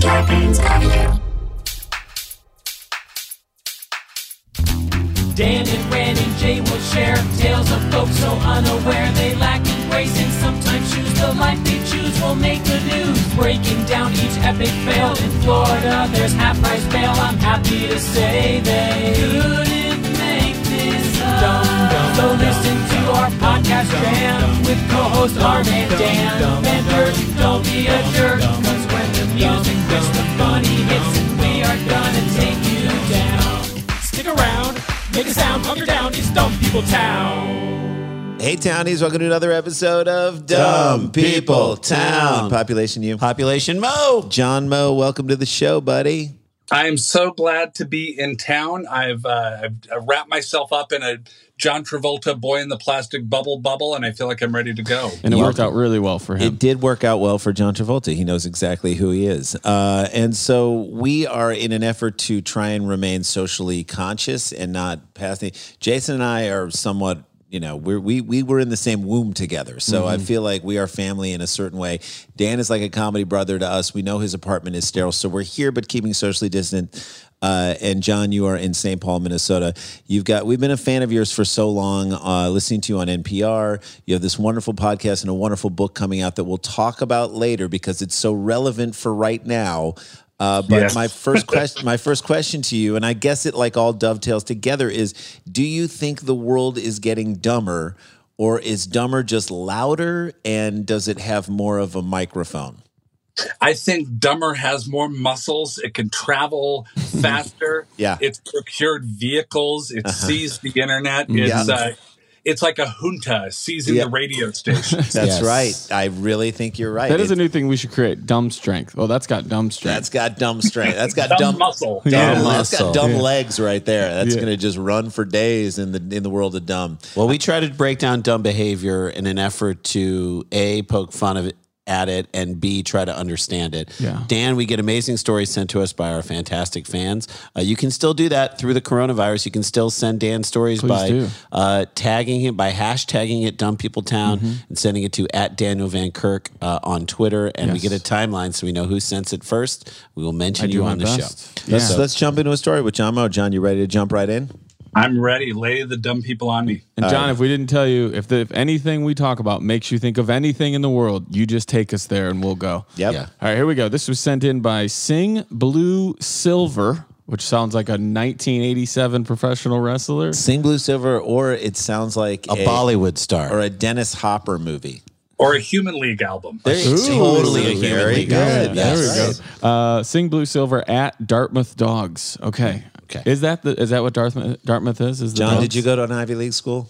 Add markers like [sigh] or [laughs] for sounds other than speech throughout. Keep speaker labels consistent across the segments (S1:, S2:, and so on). S1: Scarpins Avenue.
S2: Dan and Randy Jay will share tales of folks so unaware they lack in grace and sometimes choose the life they choose will make the news. Breaking down each epic fail in Florida, there's half price bail. I'm happy to say they couldn't make this up. so listen to our podcast jam with co-host Arm and Dan Bender. Don't be a jerk, 'cause when the music hits, the funny hits, and we are gonna take you down. Stick around, make a sound, hunker down, it's Dumb People Town.
S3: Hey, townies, welcome to another episode of Dumb People Town. Population you.
S4: Population Mo.
S3: John Moe, welcome to the show, buddy.
S5: I am so glad to be in town. I've, uh, I've I wrapped myself up in a John Travolta boy in the plastic bubble bubble, and I feel like I'm ready to go.
S4: And it worked out really well for him.
S3: It did work out well for John Travolta. He knows exactly who he is. Uh, and so we are in an effort to try and remain socially conscious and not passing. Jason and I are somewhat. You know, we're, we we were in the same womb together, so I feel like we are family in a certain way. Dan is like a comedy brother to us. We know his apartment is sterile, so we're here but keeping socially distant. Uh, and John, you are in St. Paul, Minnesota. You've got we've been a fan of yours for so long, uh, listening to you on NPR. You have this wonderful podcast and a wonderful book coming out that we'll talk about later because it's so relevant for right now. Uh, but
S5: Yes.
S3: my first question, my first question to you, and I guess it like all dovetails together, is: Do you think the world is getting dumber, or is dumber just louder, and does it have more of a microphone?
S5: I think Dumber has more muscles. It can travel faster.
S3: Mm-hmm. Yeah. Uh-huh.
S5: it's procured vehicles. It sees the internet. It's
S3: Mm-hmm. Yeah.
S5: uh, it's like a junta seizing
S3: Yeah.
S5: the radio station.
S3: That's
S4: Yes.
S3: right. I really think you're right.
S4: That is
S3: It's-
S4: a new thing we should create. Dumb strength. Oh, that's got dumb
S3: That's
S4: strength.
S3: got dumb strength. That's [laughs] got
S5: Dumb
S3: dumb,
S5: muscle.
S3: Dumb,
S4: Yeah.
S3: That's got
S6: Muscle.
S3: dumb legs right there. That's
S4: Yeah.
S3: gonna just run for days in the in the world of dumb.
S6: Well, we try to break down dumb behavior in an effort to a poke fun of it, at it and b try to understand it.
S4: Yeah.
S6: Dan, we get amazing stories sent to us by our fantastic fans. Uh, you can still do that through the coronavirus. You can still send Dan stories
S4: Please
S6: by
S4: do.
S6: uh, tagging him by hashtagging it Dumb People Town
S4: Mm-hmm.
S6: and sending it to at Daniel Van Kirk uh, on Twitter. And we
S4: Yes.
S6: get a timeline so we know who sends it first. We will mention
S4: I do
S6: you
S4: my
S6: on the
S4: best.
S6: show.
S4: Yeah.
S3: So let's jump into a story with John Mo. John, you ready to jump right in?
S5: I'm ready. Lay the dumb people on me.
S4: and John, if we didn't tell you, if, the, if anything we talk about makes you think of anything in the world, you just take us there and we'll go.
S3: Yep.
S6: Yeah.
S4: All right, here we go. This was sent in by Sing Blue Silver, which sounds like a 1987 professional wrestler.
S3: Sing Blue Silver, or it sounds like
S6: A Bollywood star.
S3: or a Dennis Hopper movie.
S5: Or a Human League album.
S3: It's totally a human
S6: Very
S3: league. Yeah,
S6: good. That's
S3: there we
S6: right.
S4: Uh, Sing Blue Silver at Dartmouth Dogs. Okay.
S6: Okay.
S4: Is that the is that what Dartmouth Dartmouth is? Is the
S3: John,
S4: dogs?
S3: did you go to an Ivy League school?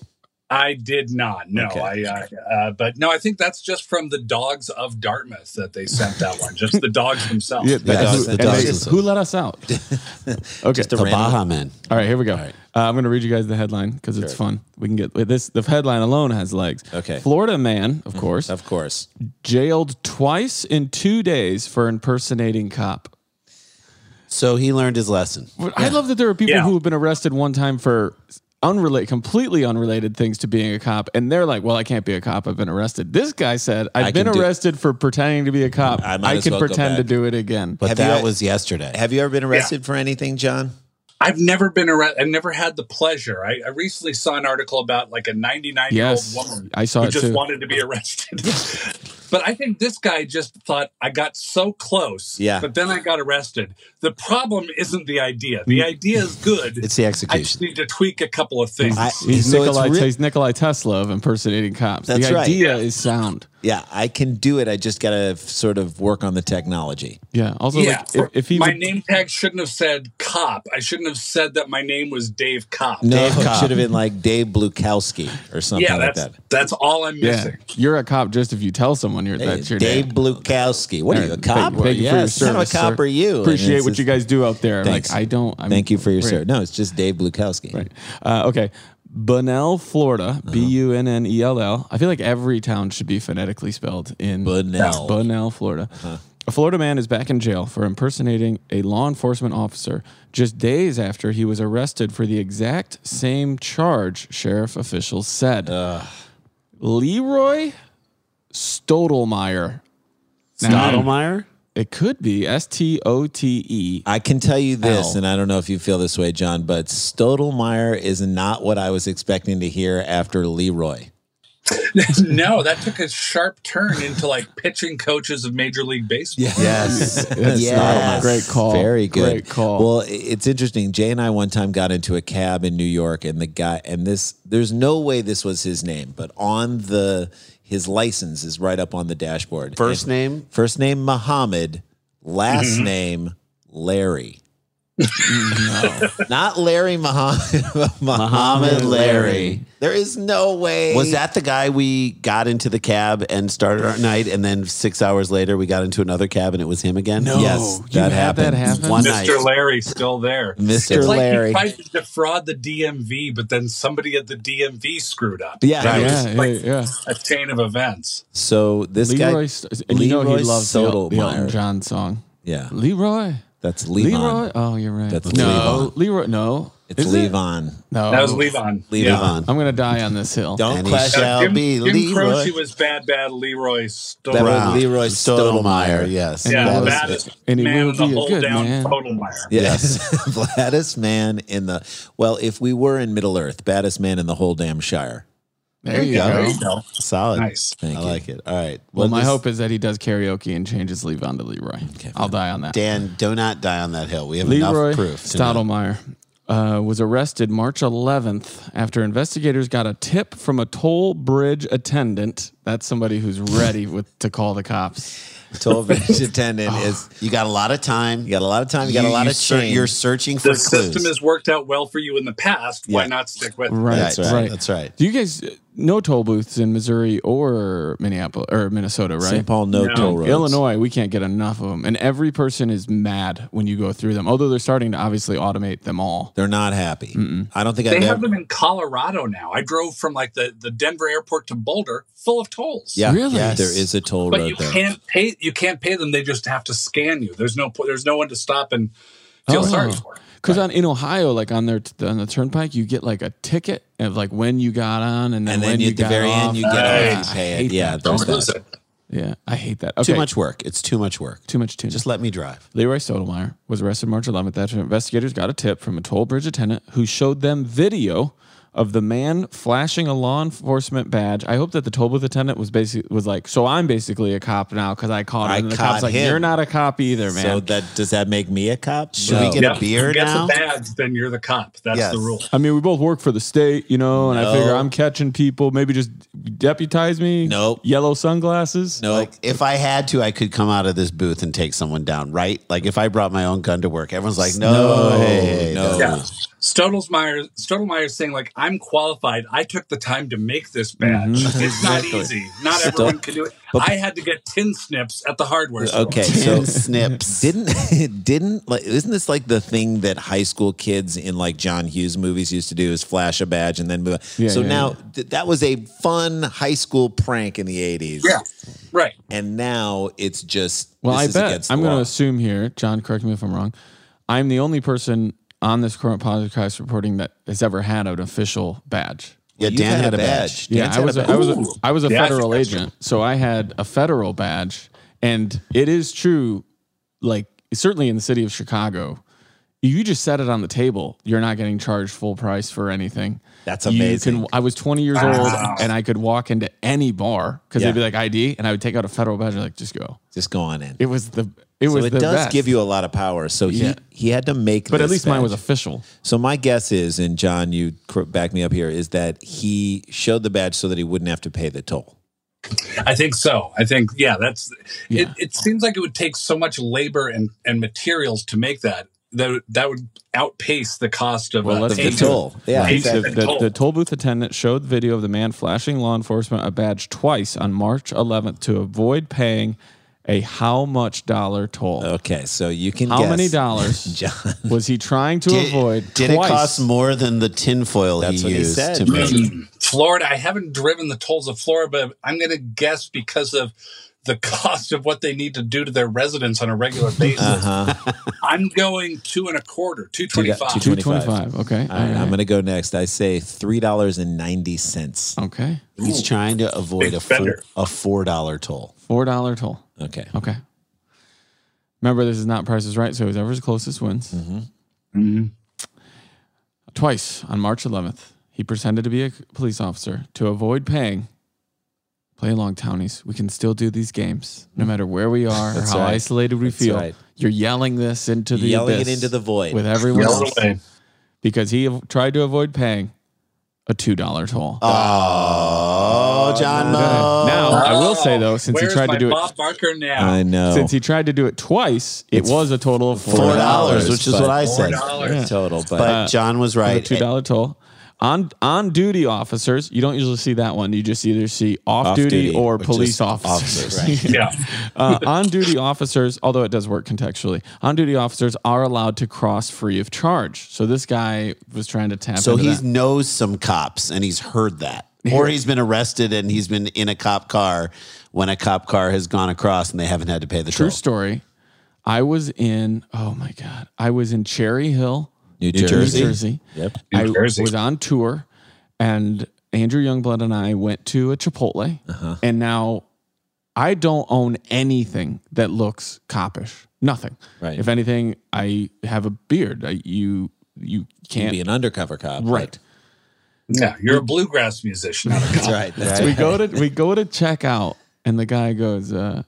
S5: I did not. No,
S3: Okay.
S5: I. Uh, uh, but no, I think that's just from the dogs of Dartmouth that they sent that one. Just the dogs themselves.
S4: Yeah, that's
S3: dogs-
S4: who,
S3: the
S4: and
S3: dogs
S4: they-
S3: is-
S4: who let us out? [laughs] Okay.
S3: Just a
S6: The
S3: random-
S6: Baha Men.
S4: All right, here we go. Uh, I'm going to read you guys the headline because it's fun. We can get this. The headline alone has legs.
S3: Okay.
S4: Florida man, of course,
S3: Of course.
S4: jailed twice in two days for impersonating cop.
S6: So he learned his lesson.
S4: But I love that there are people
S5: Yeah.
S4: who have been arrested one time for unrelated, completely unrelated things to being a cop, and they're like, "Well, I can't be a cop. I've been arrested." This guy said, "I've
S6: I
S4: been
S6: can do-
S4: arrested for pretending to be a cop.
S3: I
S4: I,
S3: might as
S4: can
S3: well go
S4: pretend to
S3: back."
S4: do it again." e-,
S6: But
S3: Have
S6: that
S3: you- e-
S6: was yesterday.
S3: Have you ever been arrested for anything, John?
S5: I've never been arrested. I've never had the pleasure. I, I recently saw an article about like a 99 year old
S4: Yes,
S5: woman
S4: I saw
S5: who
S4: it
S5: just
S4: too.
S5: wanted to be arrested. [laughs] but I think this guy just thought I got so close.
S3: Yeah.
S5: But then I got arrested. The problem isn't the idea. The idea is good.
S6: It's the
S5: I just
S6: execution.
S5: need to tweak a couple of things.
S3: I-
S4: He's,
S3: so it's
S4: Nikolai,
S3: re-
S4: he's Nikolai Tesla of impersonating cops.
S3: That's
S4: the
S3: right.
S4: idea is sound.
S3: Yeah, I can do it. I just gotta f- sort of work on the technology.
S4: Yeah. Also,
S5: yeah,
S4: like, if, if he
S5: my
S4: would-
S5: name tag shouldn't have said cop. I shouldn't have said that my name was Dave Cop.
S3: No,
S6: Dave
S3: it
S4: [laughs]
S6: Cobb.
S3: should have been like Dave Blukowski or something
S5: yeah,
S3: like
S5: that's
S3: that.
S5: that's all I'm
S4: yeah,
S5: missing.
S4: you're a cop just if you tell someone you're that's your
S3: Dave
S4: name.
S3: Blukowski. What are you, a
S4: Thank-
S3: cop?
S4: Thank, you for your
S3: Yes. Kind of
S4: service.
S3: a cop
S4: sir.
S3: are you? And
S4: Appreciate
S3: it's
S4: what
S3: just-
S4: you guys do out there.
S3: Thanks.
S4: Like I don't. I'm,
S3: Thank you for your
S4: right.
S3: service. No, it's just Dave Blukowski.
S4: Right. Uh, okay. Bunnell, Florida.
S3: Uh-huh.
S4: B U N N E L L. I feel like every town should be phonetically spelled in
S3: Bunnell.
S4: [laughs]
S3: Uh-huh.
S4: Bunnell, Florida. A Florida man is back in jail for impersonating a law enforcement officer just days after he was arrested for the exact same charge, sheriff officials said. Leroy Stodelmeyer. Now,
S6: Stottlemyre?
S4: It could be S T O T E.
S3: I can tell you this,
S4: L.
S3: and I don't know if you feel this way, John, but Stottlemyre is not what I was expecting to hear after Leroy.
S5: no, that took a sharp turn into like pitching coaches of Major League Baseball.
S4: [laughs]
S6: Yes.
S4: That's not a great call.
S3: Very good.
S4: Great call.
S3: Well, i- it's interesting. Jay and I one time got into a cab in New York, and the guy, and this, there's no way this was his name, but on the, his license is right up on the dashboard.
S6: First
S3: And-
S6: name?
S3: First name Muhammad, last
S6: Mm-hmm.
S3: name Larry. [laughs] Not Larry Muhammad, [laughs] but Muhammad Larry.
S6: Larry.
S3: There is no way.
S6: Was that the guy we got into the cab and started our night, and then six hours later we got into another cab and it was him again?
S4: No.
S6: Yes.
S4: You
S3: that
S4: had that
S3: happened.
S4: happen?
S6: One night.
S5: Mr. Larry's still there.
S3: Mr.
S5: It's like
S3: Larry?
S5: he tried to defraud the DMV, but then somebody at the DMV screwed up.
S3: Yeah.
S5: That
S6: Right.
S5: was
S4: Yeah,
S5: like
S4: yeah, yeah.
S5: a chain of events.
S3: So this
S4: Leroy,
S3: guy,
S4: St- and you know he
S3: Leroy
S4: loves the, El- the Elton
S3: Stottlemyre.
S4: John song.
S3: yeah,
S4: Leroy.
S3: that's Levon.
S4: Leroy. Oh, you're right.
S3: That's
S4: no, Leroy. No,
S3: It's
S4: Is it?
S3: Levon.
S4: No,
S5: That was Levon. Yeah.
S6: Levon.
S4: I'm gonna die on this hill.
S3: Don't
S6: And he
S3: clash out.
S6: shall
S5: Jim,
S6: be
S5: Jim Croce
S6: Leroy.
S5: was bad, bad Leroy Stoll.
S3: That
S6: Brown.
S3: was Leroy Stottlemyre.
S6: Stottlemyre. Yes.
S4: And
S5: Yeah,
S4: That was-
S5: that is
S4: and he
S5: man
S4: will
S5: with the
S4: be a
S5: whole
S4: good
S5: down
S4: man.
S5: Totalmeyer.
S3: [laughs]
S6: [laughs]
S3: Yes, baddest man in the well. If we were in Middle Earth, baddest man in the whole damn shire.
S4: there you go.
S5: There you go.
S6: Solid.
S5: Nice.
S3: Thank
S6: I
S3: you.
S6: like it. All right.
S4: Well, my
S6: this-
S4: hope is that he does karaoke and changes Levon to Leroy. I'll die on that.
S6: Dan, do not die on that hill. We have
S4: Leroy
S6: enough proof. to know.
S4: Stottlemyre uh, was arrested March 11th after investigators got a tip from a toll bridge attendant. That's somebody who's ready with to call the cops.
S3: Toll bridge [laughs] attendant is
S6: You got a lot of time.
S3: you got a lot of time. You got a lot of
S6: ser-
S3: change.
S6: You're searching for
S5: The
S6: clues.
S5: system has worked out well for you in the past. Why
S6: Yeah.
S5: not stick with it?
S4: Right,
S6: That's right.
S4: right.
S6: That's right.
S4: Do you guys uh, no toll booths in Missouri or Minneapolis or Minnesota? Right.
S3: St. Paul no,
S5: No.
S3: toll roads.
S4: Illinois, we can't get enough of them, and every person is mad when you go through them. Although they're starting to obviously automate them all.
S3: They're not happy. I don't think
S5: They
S3: I've
S5: have
S3: ever.
S5: them in Colorado now. I drove from like the, the Denver airport to Boulder full of tolls.
S3: Yeah,
S4: Really?
S3: yeah, there is a toll
S5: But
S3: road
S5: you
S3: there.
S5: can't pay you can't pay them. They just have to scan you. There's no po- there's no one to stop and feel
S4: Oh.
S5: sorry for.
S4: Because Uh-huh. on in Ohio, like on their on the turnpike, you get like a ticket of like when you got on and then,
S3: and
S4: when
S3: then
S4: you
S3: at the
S4: got
S3: very
S4: off. Ah,
S3: end, you get
S5: Right.
S3: off and pay
S4: I
S3: it.
S4: hate
S3: Yeah,
S4: that.
S3: there's
S5: Don't lose
S3: that.
S5: it.
S4: yeah, I hate that.
S6: Too
S4: Okay.
S6: much work. It's too much work.
S4: Too much tune.
S6: Just let me drive.
S4: Leroy Stottlemyre was arrested March 11th after investigators got a tip from a toll bridge attendant who showed them video of the man flashing a law enforcement badge. I hope that the toll booth attendant was basically was like, "So I'm basically a cop now because I caught him."
S3: I
S4: and the
S3: caught
S4: cop's like,
S3: him.
S4: "You're not a cop either, man."
S3: So that does that make me a cop?
S6: Should we get
S5: Yeah,
S6: a beer
S5: if you
S6: now?
S5: Get the badge, then you're the cop. That's
S6: Oh. Yes.
S5: the rule.
S4: I mean, we both work for the state, you know, and I figure
S3: No.
S4: I'm catching people. Maybe just deputize me.
S3: Nope.
S4: Yellow sunglasses.
S3: no?
S6: Like if I had to, I could come out of this booth and take someone down, right? Like if I brought my own gun to work, everyone's like, "No,
S3: No,
S6: hey, hey,
S3: no.
S6: no,
S5: Yeah. Stottlemyre Stottlemyre's saying like I'm qualified. I took the time to make this badge. It's not easy. Not everyone can do it. I had to get tin snips at the hardware store.
S3: Okay, so
S6: Ten snips."
S3: didn't [laughs] didn't like isn't this like the thing that high school kids in like John Hughes movies used to do is flash a badge and then move on.
S4: Yeah,
S3: so
S4: yeah,
S3: now Th- that was a fun high school prank in the 80s.
S5: Yeah. Right.
S3: And now it's just
S4: Well,
S3: this
S4: I
S3: is
S4: bet
S3: against
S4: I'm
S3: the
S4: going to
S3: law.
S4: assume here, John. Correct me if I'm wrong. I'm the only person on this current podcast reporting that has ever had an official badge.
S6: Yeah,
S3: You've
S6: Dan had, a badge.
S4: Yeah,
S3: Dan's
S4: I
S3: had
S4: was,
S3: a
S4: a, I was, a,
S5: Ooh.
S4: I was a
S5: Yeah, I think
S4: federal
S5: that's
S4: agent, so I had a federal badge, and it is true. Like certainly in the city of Chicago, you just set it on the table. You're not getting charged full price for anything.
S3: That's
S4: You
S3: amazing.
S4: can- I was 20 years old, and I could walk into any bar because
S3: Yeah.
S4: they'd be like ID, and I would take out a federal badge and like just go.
S3: Just go on in.
S4: It was the it
S3: So
S4: was
S3: it
S4: the
S3: does
S4: best.
S3: give you a lot of power. So he,
S4: Yeah.
S3: he had to make
S4: but at
S3: this
S4: least mine was
S3: badge.
S4: official.
S3: So my guess is, and John, you cor- back me up here, is that he showed the badge so that he wouldn't have to pay the toll.
S5: I think so. I think yeah, that's
S4: Yeah.
S5: It, it seems like it would take so much labor and, and materials to make that that that would outpace the cost of uh,
S4: Well,
S5: a
S4: let's
S3: The
S4: Hey,
S5: agent.
S3: toll. Yeah,
S5: Hey,
S3: exactly.
S4: The, the,
S5: Toll.
S4: the toll booth attendant showed video of the man flashing law enforcement a badge twice on March 11th to avoid paying a how much dollar toll.
S3: Okay, so you can
S4: how
S3: guess.
S4: many dollars
S3: [laughs] John.
S4: was he trying to
S6: Did,
S4: avoid?
S6: did it
S4: twice?
S6: cost more than the tinfoil
S3: That's
S6: he
S3: what he
S6: used
S3: said.
S6: to make? it?
S5: Florida. I haven't driven the tolls of Florida, but I'm going to guess because of the [laughs] cost of what they need to do to their residents on a
S4: [laughs]
S5: regular basis.
S4: Uh-huh.
S5: I'm going two and a quarter, two twenty five.
S3: two-
S4: 225. Okay.
S3: All right, I'm
S4: all
S3: going to go next. I say three dollars and ninety cents.
S4: right. Okay.
S6: He's trying to avoid
S5: Big
S6: a
S5: spender.
S6: four, a four dollar toll.
S4: $4 toll.
S3: Okay,
S4: Okay. Remember, this is not Price is Right, so whoever's closest wins.
S3: Mm-hmm.
S4: Twice on March 11th, he pretended to be a police officer to avoid paying. Play along, townies. We can still do these games, no matter where we are or
S3: Mm-hmm. That's
S4: how
S3: right.
S4: isolated we feel.
S3: right.
S4: You're yelling this into the
S3: Yelling it
S4: abyss
S3: into the void.
S4: with everyone
S5: Yell
S4: else
S5: it away.
S4: because he av- tried to avoid paying a two dollar toll.
S3: Oh, John Mo.
S4: now Oh, I will say though, since he
S5: Where's
S4: tried
S5: my
S4: to do it
S5: Bob Barker now?
S3: I know.
S4: since he tried to do it twice, it was a total of four
S6: Four dollars,
S4: dollars,
S6: which is
S3: but-
S6: what I said.
S5: $4.
S3: total, but,
S6: But John was
S4: a
S6: right.
S4: two dollar toll. On on duty officers, you don't usually see that one. You just either see off, duty,
S3: Off-duty,
S4: or
S3: which
S4: police
S3: is
S4: officers.
S5: Yeah.
S4: [laughs] uh, on duty officers, although it does work contextually, on duty officers are allowed to cross free of charge. So this guy was trying to tap.
S6: So
S4: into
S6: he
S4: that.
S6: knows some cops and he's heard that. Or he's been arrested and he's been in a cop car when a cop car has gone across and they haven't had to pay the
S4: True
S6: toll.
S4: story. I was in, oh my God, I was in Cherry Hill,
S3: New
S4: New
S3: Jersey.
S4: Jersey.
S3: Yep.
S5: New
S4: I
S5: Jersey.
S4: was on tour and Andrew Youngblood and I went to a Chipotle.
S3: Uh-huh.
S4: And now I don't own anything that looks copish. Nothing.
S3: Right.
S4: If anything, I have a beard. I, you you can't.
S3: be an undercover cop. [laughs]
S4: [laughs] right.
S5: Yeah. You're a bluegrass musician. Not a
S3: That's right. That's
S4: So we
S3: right.
S4: go to we go to check out, and the guy goes, uh,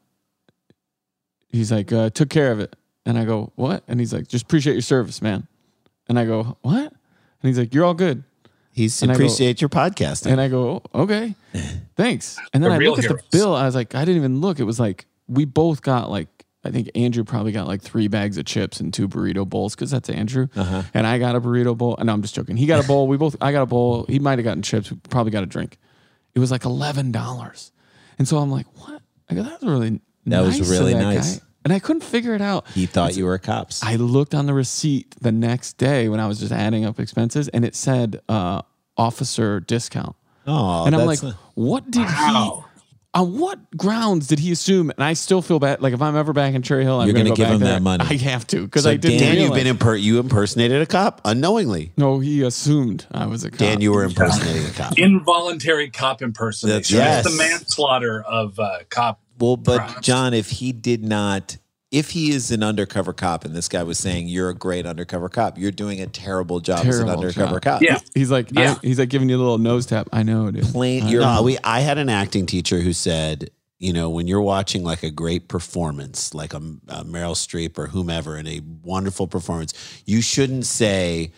S4: he's like, uh, took care of it. And I go, what? And he's like, just appreciate your service, man. And I go, what? And he's like, you're all good.
S6: He's
S4: And I go-
S6: appreciate your podcasting.
S4: And I go,
S3: [laughs]
S4: oh, okay, thanks. And then
S5: The
S4: I
S5: real
S4: look at the
S5: heroes.
S4: bill. I was like, I didn't even look. It was like we both got like I think Andrew probably got like three bags of chips and two burrito bowls because that's Andrew.
S3: Uh-huh.
S4: And I got a burrito bowl. And no, I'm just joking. He got a bowl. We both. I got a bowl. He might have gotten chips. We probably got a drink. It was like eleven dollars. And so I'm like, what? I go, that was really
S3: That was
S4: nice of
S3: really
S4: that
S3: nice.
S4: guy." And I couldn't figure it out.
S3: He thought you were cops.
S4: I looked on the receipt the next day when I was just adding up expenses, and it said uh, officer discount.
S3: Oh,
S4: and I'm
S3: that's
S4: like,
S3: not-
S4: what did
S5: Wow.
S4: he? On what grounds did he assume? And I still feel bad. Like if I'm ever back in Cherry Hill, I'm
S3: You're
S4: gonna,
S3: gonna
S4: go
S3: give
S4: back
S3: him
S4: there.
S3: that money.
S4: I have to because
S3: So
S4: I didn't.
S6: Dan, you've
S4: realize-
S6: been imper- you impersonated a cop unknowingly.
S4: no, he assumed I was a cop.
S6: Dan, you were impersonating a cop.
S5: involuntary cop impersonation.
S6: That's-
S5: It's the
S6: Yes.
S5: manslaughter of uh, cop.
S3: well, but
S5: Perhaps.
S3: John, if he did not, if he is an undercover cop, and this guy was saying you're a great undercover cop, you're doing a terrible job as
S4: Terrible
S3: an undercover
S4: job.
S6: Uh,
S3: cop.
S5: Yeah.
S4: He's like, I-
S5: Yeah.
S4: he's like giving you a little nose tap. I know, dude.
S3: Plain, you're
S6: Uh, no, we. I had an acting teacher who said, you know, when you're watching like a great performance, like a, a Meryl Streep or whomever, in a wonderful performance, you shouldn't say,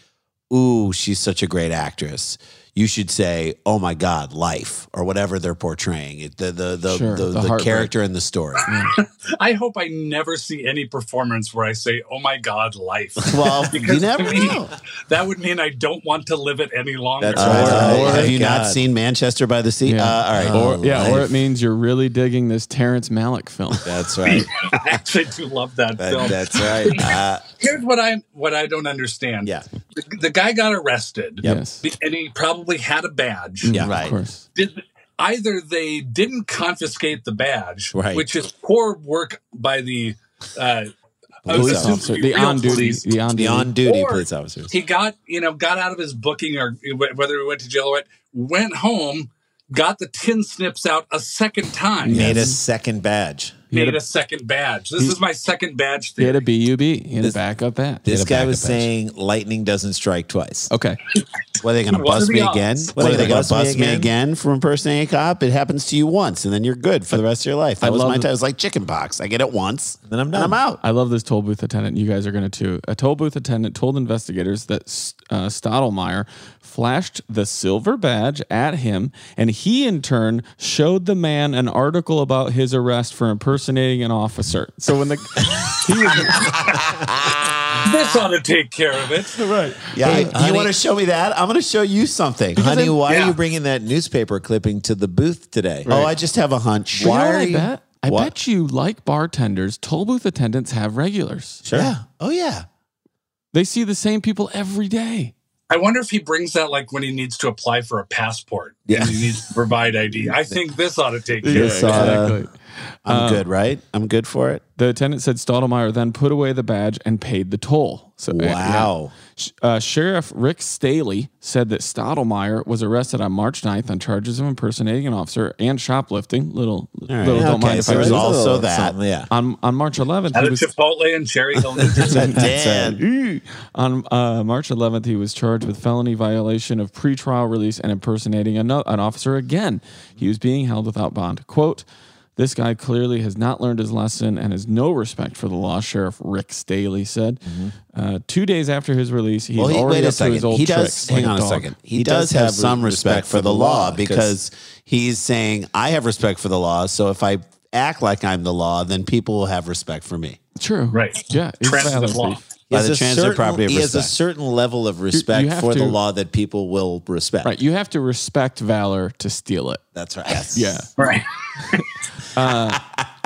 S6: "Ooh, she's such a great actress." You should say, "Oh my God, life," or whatever they're portraying. It, the the the
S4: Sure,
S6: the,
S4: the
S6: the,
S4: heartbreak.
S6: character and the story. Uh,
S5: I hope I never see any performance where I say, "Oh my God, life."
S6: [laughs] well, you
S5: Because
S6: never
S5: to me,
S6: know.
S5: That would mean I don't want to live it any longer. [laughs]
S4: Oh,
S3: That's
S6: Uh,
S3: right. Lord
S6: have you not
S3: God.
S6: seen Manchester by the Sea?
S4: Yeah.
S6: Uh, all right.
S4: Or,
S6: Oh,
S4: yeah, or
S6: life.
S4: it means you're really digging this Terrence
S3: [laughs]
S4: Malick film.
S3: That's right.
S5: I actually do love that,
S3: That,
S5: film.
S3: that's
S5: [laughs]
S3: right.
S6: Uh,
S5: Here's what I what I don't understand.
S6: yeah.
S5: the, the guy got arrested.
S4: Yes,
S5: be- and he probably had a badge.
S6: Yeah.
S4: of
S6: Right.
S4: course.
S5: Did, either they didn't confiscate the badge,
S3: Right.
S5: which is poor work by the. Uh, I would
S3: Police
S5: assume
S4: Officer-
S5: it'd be
S4: the
S5: real
S4: on duty,
S5: police.
S4: the on
S3: The
S4: duty.
S3: on duty
S5: Or-
S3: police officers.
S5: He got you know got out of his booking or wh- whether he went to jail or what. Went home, got the tin snips out a second time.
S3: Made a
S4: Yes.
S3: second badge.
S4: He had
S5: Made
S4: a-
S5: a second badge. This is my second badge
S4: He had
S5: theory.
S4: a BUB. He had to
S3: This-
S4: back up that.
S3: This
S6: a
S3: guy was
S6: backup badge.
S3: saying lightning doesn't strike twice.
S4: okay.
S6: What are they going to
S5: What
S6: bust
S5: are
S6: me
S5: the
S6: again?
S5: odds?
S6: What are they going to bust me again for impersonating a cop? It happens to you once, and then you're good for the rest of your life. That was
S4: love
S6: my
S4: it.
S6: time. It was like chicken pox. I get it once,
S3: Then I'm done.
S6: And I'm out.
S4: I love this toll booth attendant. You guys are going to too. A toll booth attendant told investigators that uh, Stottlemyre flashed the silver badge at him, and he in turn showed the man an article about his arrest for impersonating an officer. So when the [laughs] he was,
S5: this ought to take care of it.
S4: right,
S6: Yeah,
S3: Hey,
S6: I- you
S3: honey-
S6: want to show me that? I'm going to show you something.
S3: Honey, why are
S5: Yeah.
S3: you bringing that newspaper clipping to the booth today?
S6: oh, I just have a hunch.
S4: why
S6: Why are
S4: I
S6: you?
S4: bet? I
S6: What?
S4: bet you like bartenders. Toll booth attendants have regulars.
S6: Yeah. Oh yeah.
S4: They see the same people every day.
S5: I wonder if he brings that like when he needs to apply for a passport.
S3: Yeah.
S5: And he needs to provide ID. I think this ought to take care of
S3: This
S5: it.
S3: ought- uh,
S4: exactly.
S6: I'm good, right? I'm good for it.
S4: The attendant said Stottlemyre then put away the badge and paid the toll. So, yeah, yeah.
S6: Wow.
S4: Sh- Uh, Sheriff Rick Staley said that Stottlemyre was arrested on March 9th on charges of impersonating an officer and shoplifting. Little, little
S6: Yeah,
S4: don't
S6: okay,
S4: mind if
S6: so
S4: I
S6: there's
S4: do.
S6: all- also
S3: Little
S6: that.
S3: something, Yeah.
S4: on on March 11th,
S5: At
S4: he
S5: a
S4: was,
S5: Chipotle in Cherry Hill, New Jersey.
S6: [laughs] Dan.
S4: Ew. [laughs] on uh, March 11th he was charged with felony violation of pretrial release and impersonating an, an officer again. He was being held without bond. Quote. This guy clearly has not learned his lesson and has no respect for the law, Sheriff Rick Staley said. Uh, two days after his release, he's
S6: Mm-hmm. Well, he,
S4: already
S6: wait a
S4: up to his
S6: second.
S4: old
S6: He does.
S4: tricks. like
S6: Hang on a
S4: dog.
S6: second. He, does, have some respect for the law because he's saying, "I have respect for the law. So if I act like I'm the law, then people will have respect for me."
S4: True.
S5: Right.
S4: Yeah. it's
S5: Transit
S4: valid.
S5: law.
S3: He
S6: By
S3: has
S6: the
S3: a
S6: transitive
S3: certain-
S6: property of
S3: he has a
S6: respect.
S3: certain level of respect
S4: have
S3: for the
S4: to-
S3: law that people will respect.
S4: Right. You have to respect valor to steal it.
S3: That's right.
S4: Yeah.
S5: Right.
S4: [laughs]
S5: [laughs]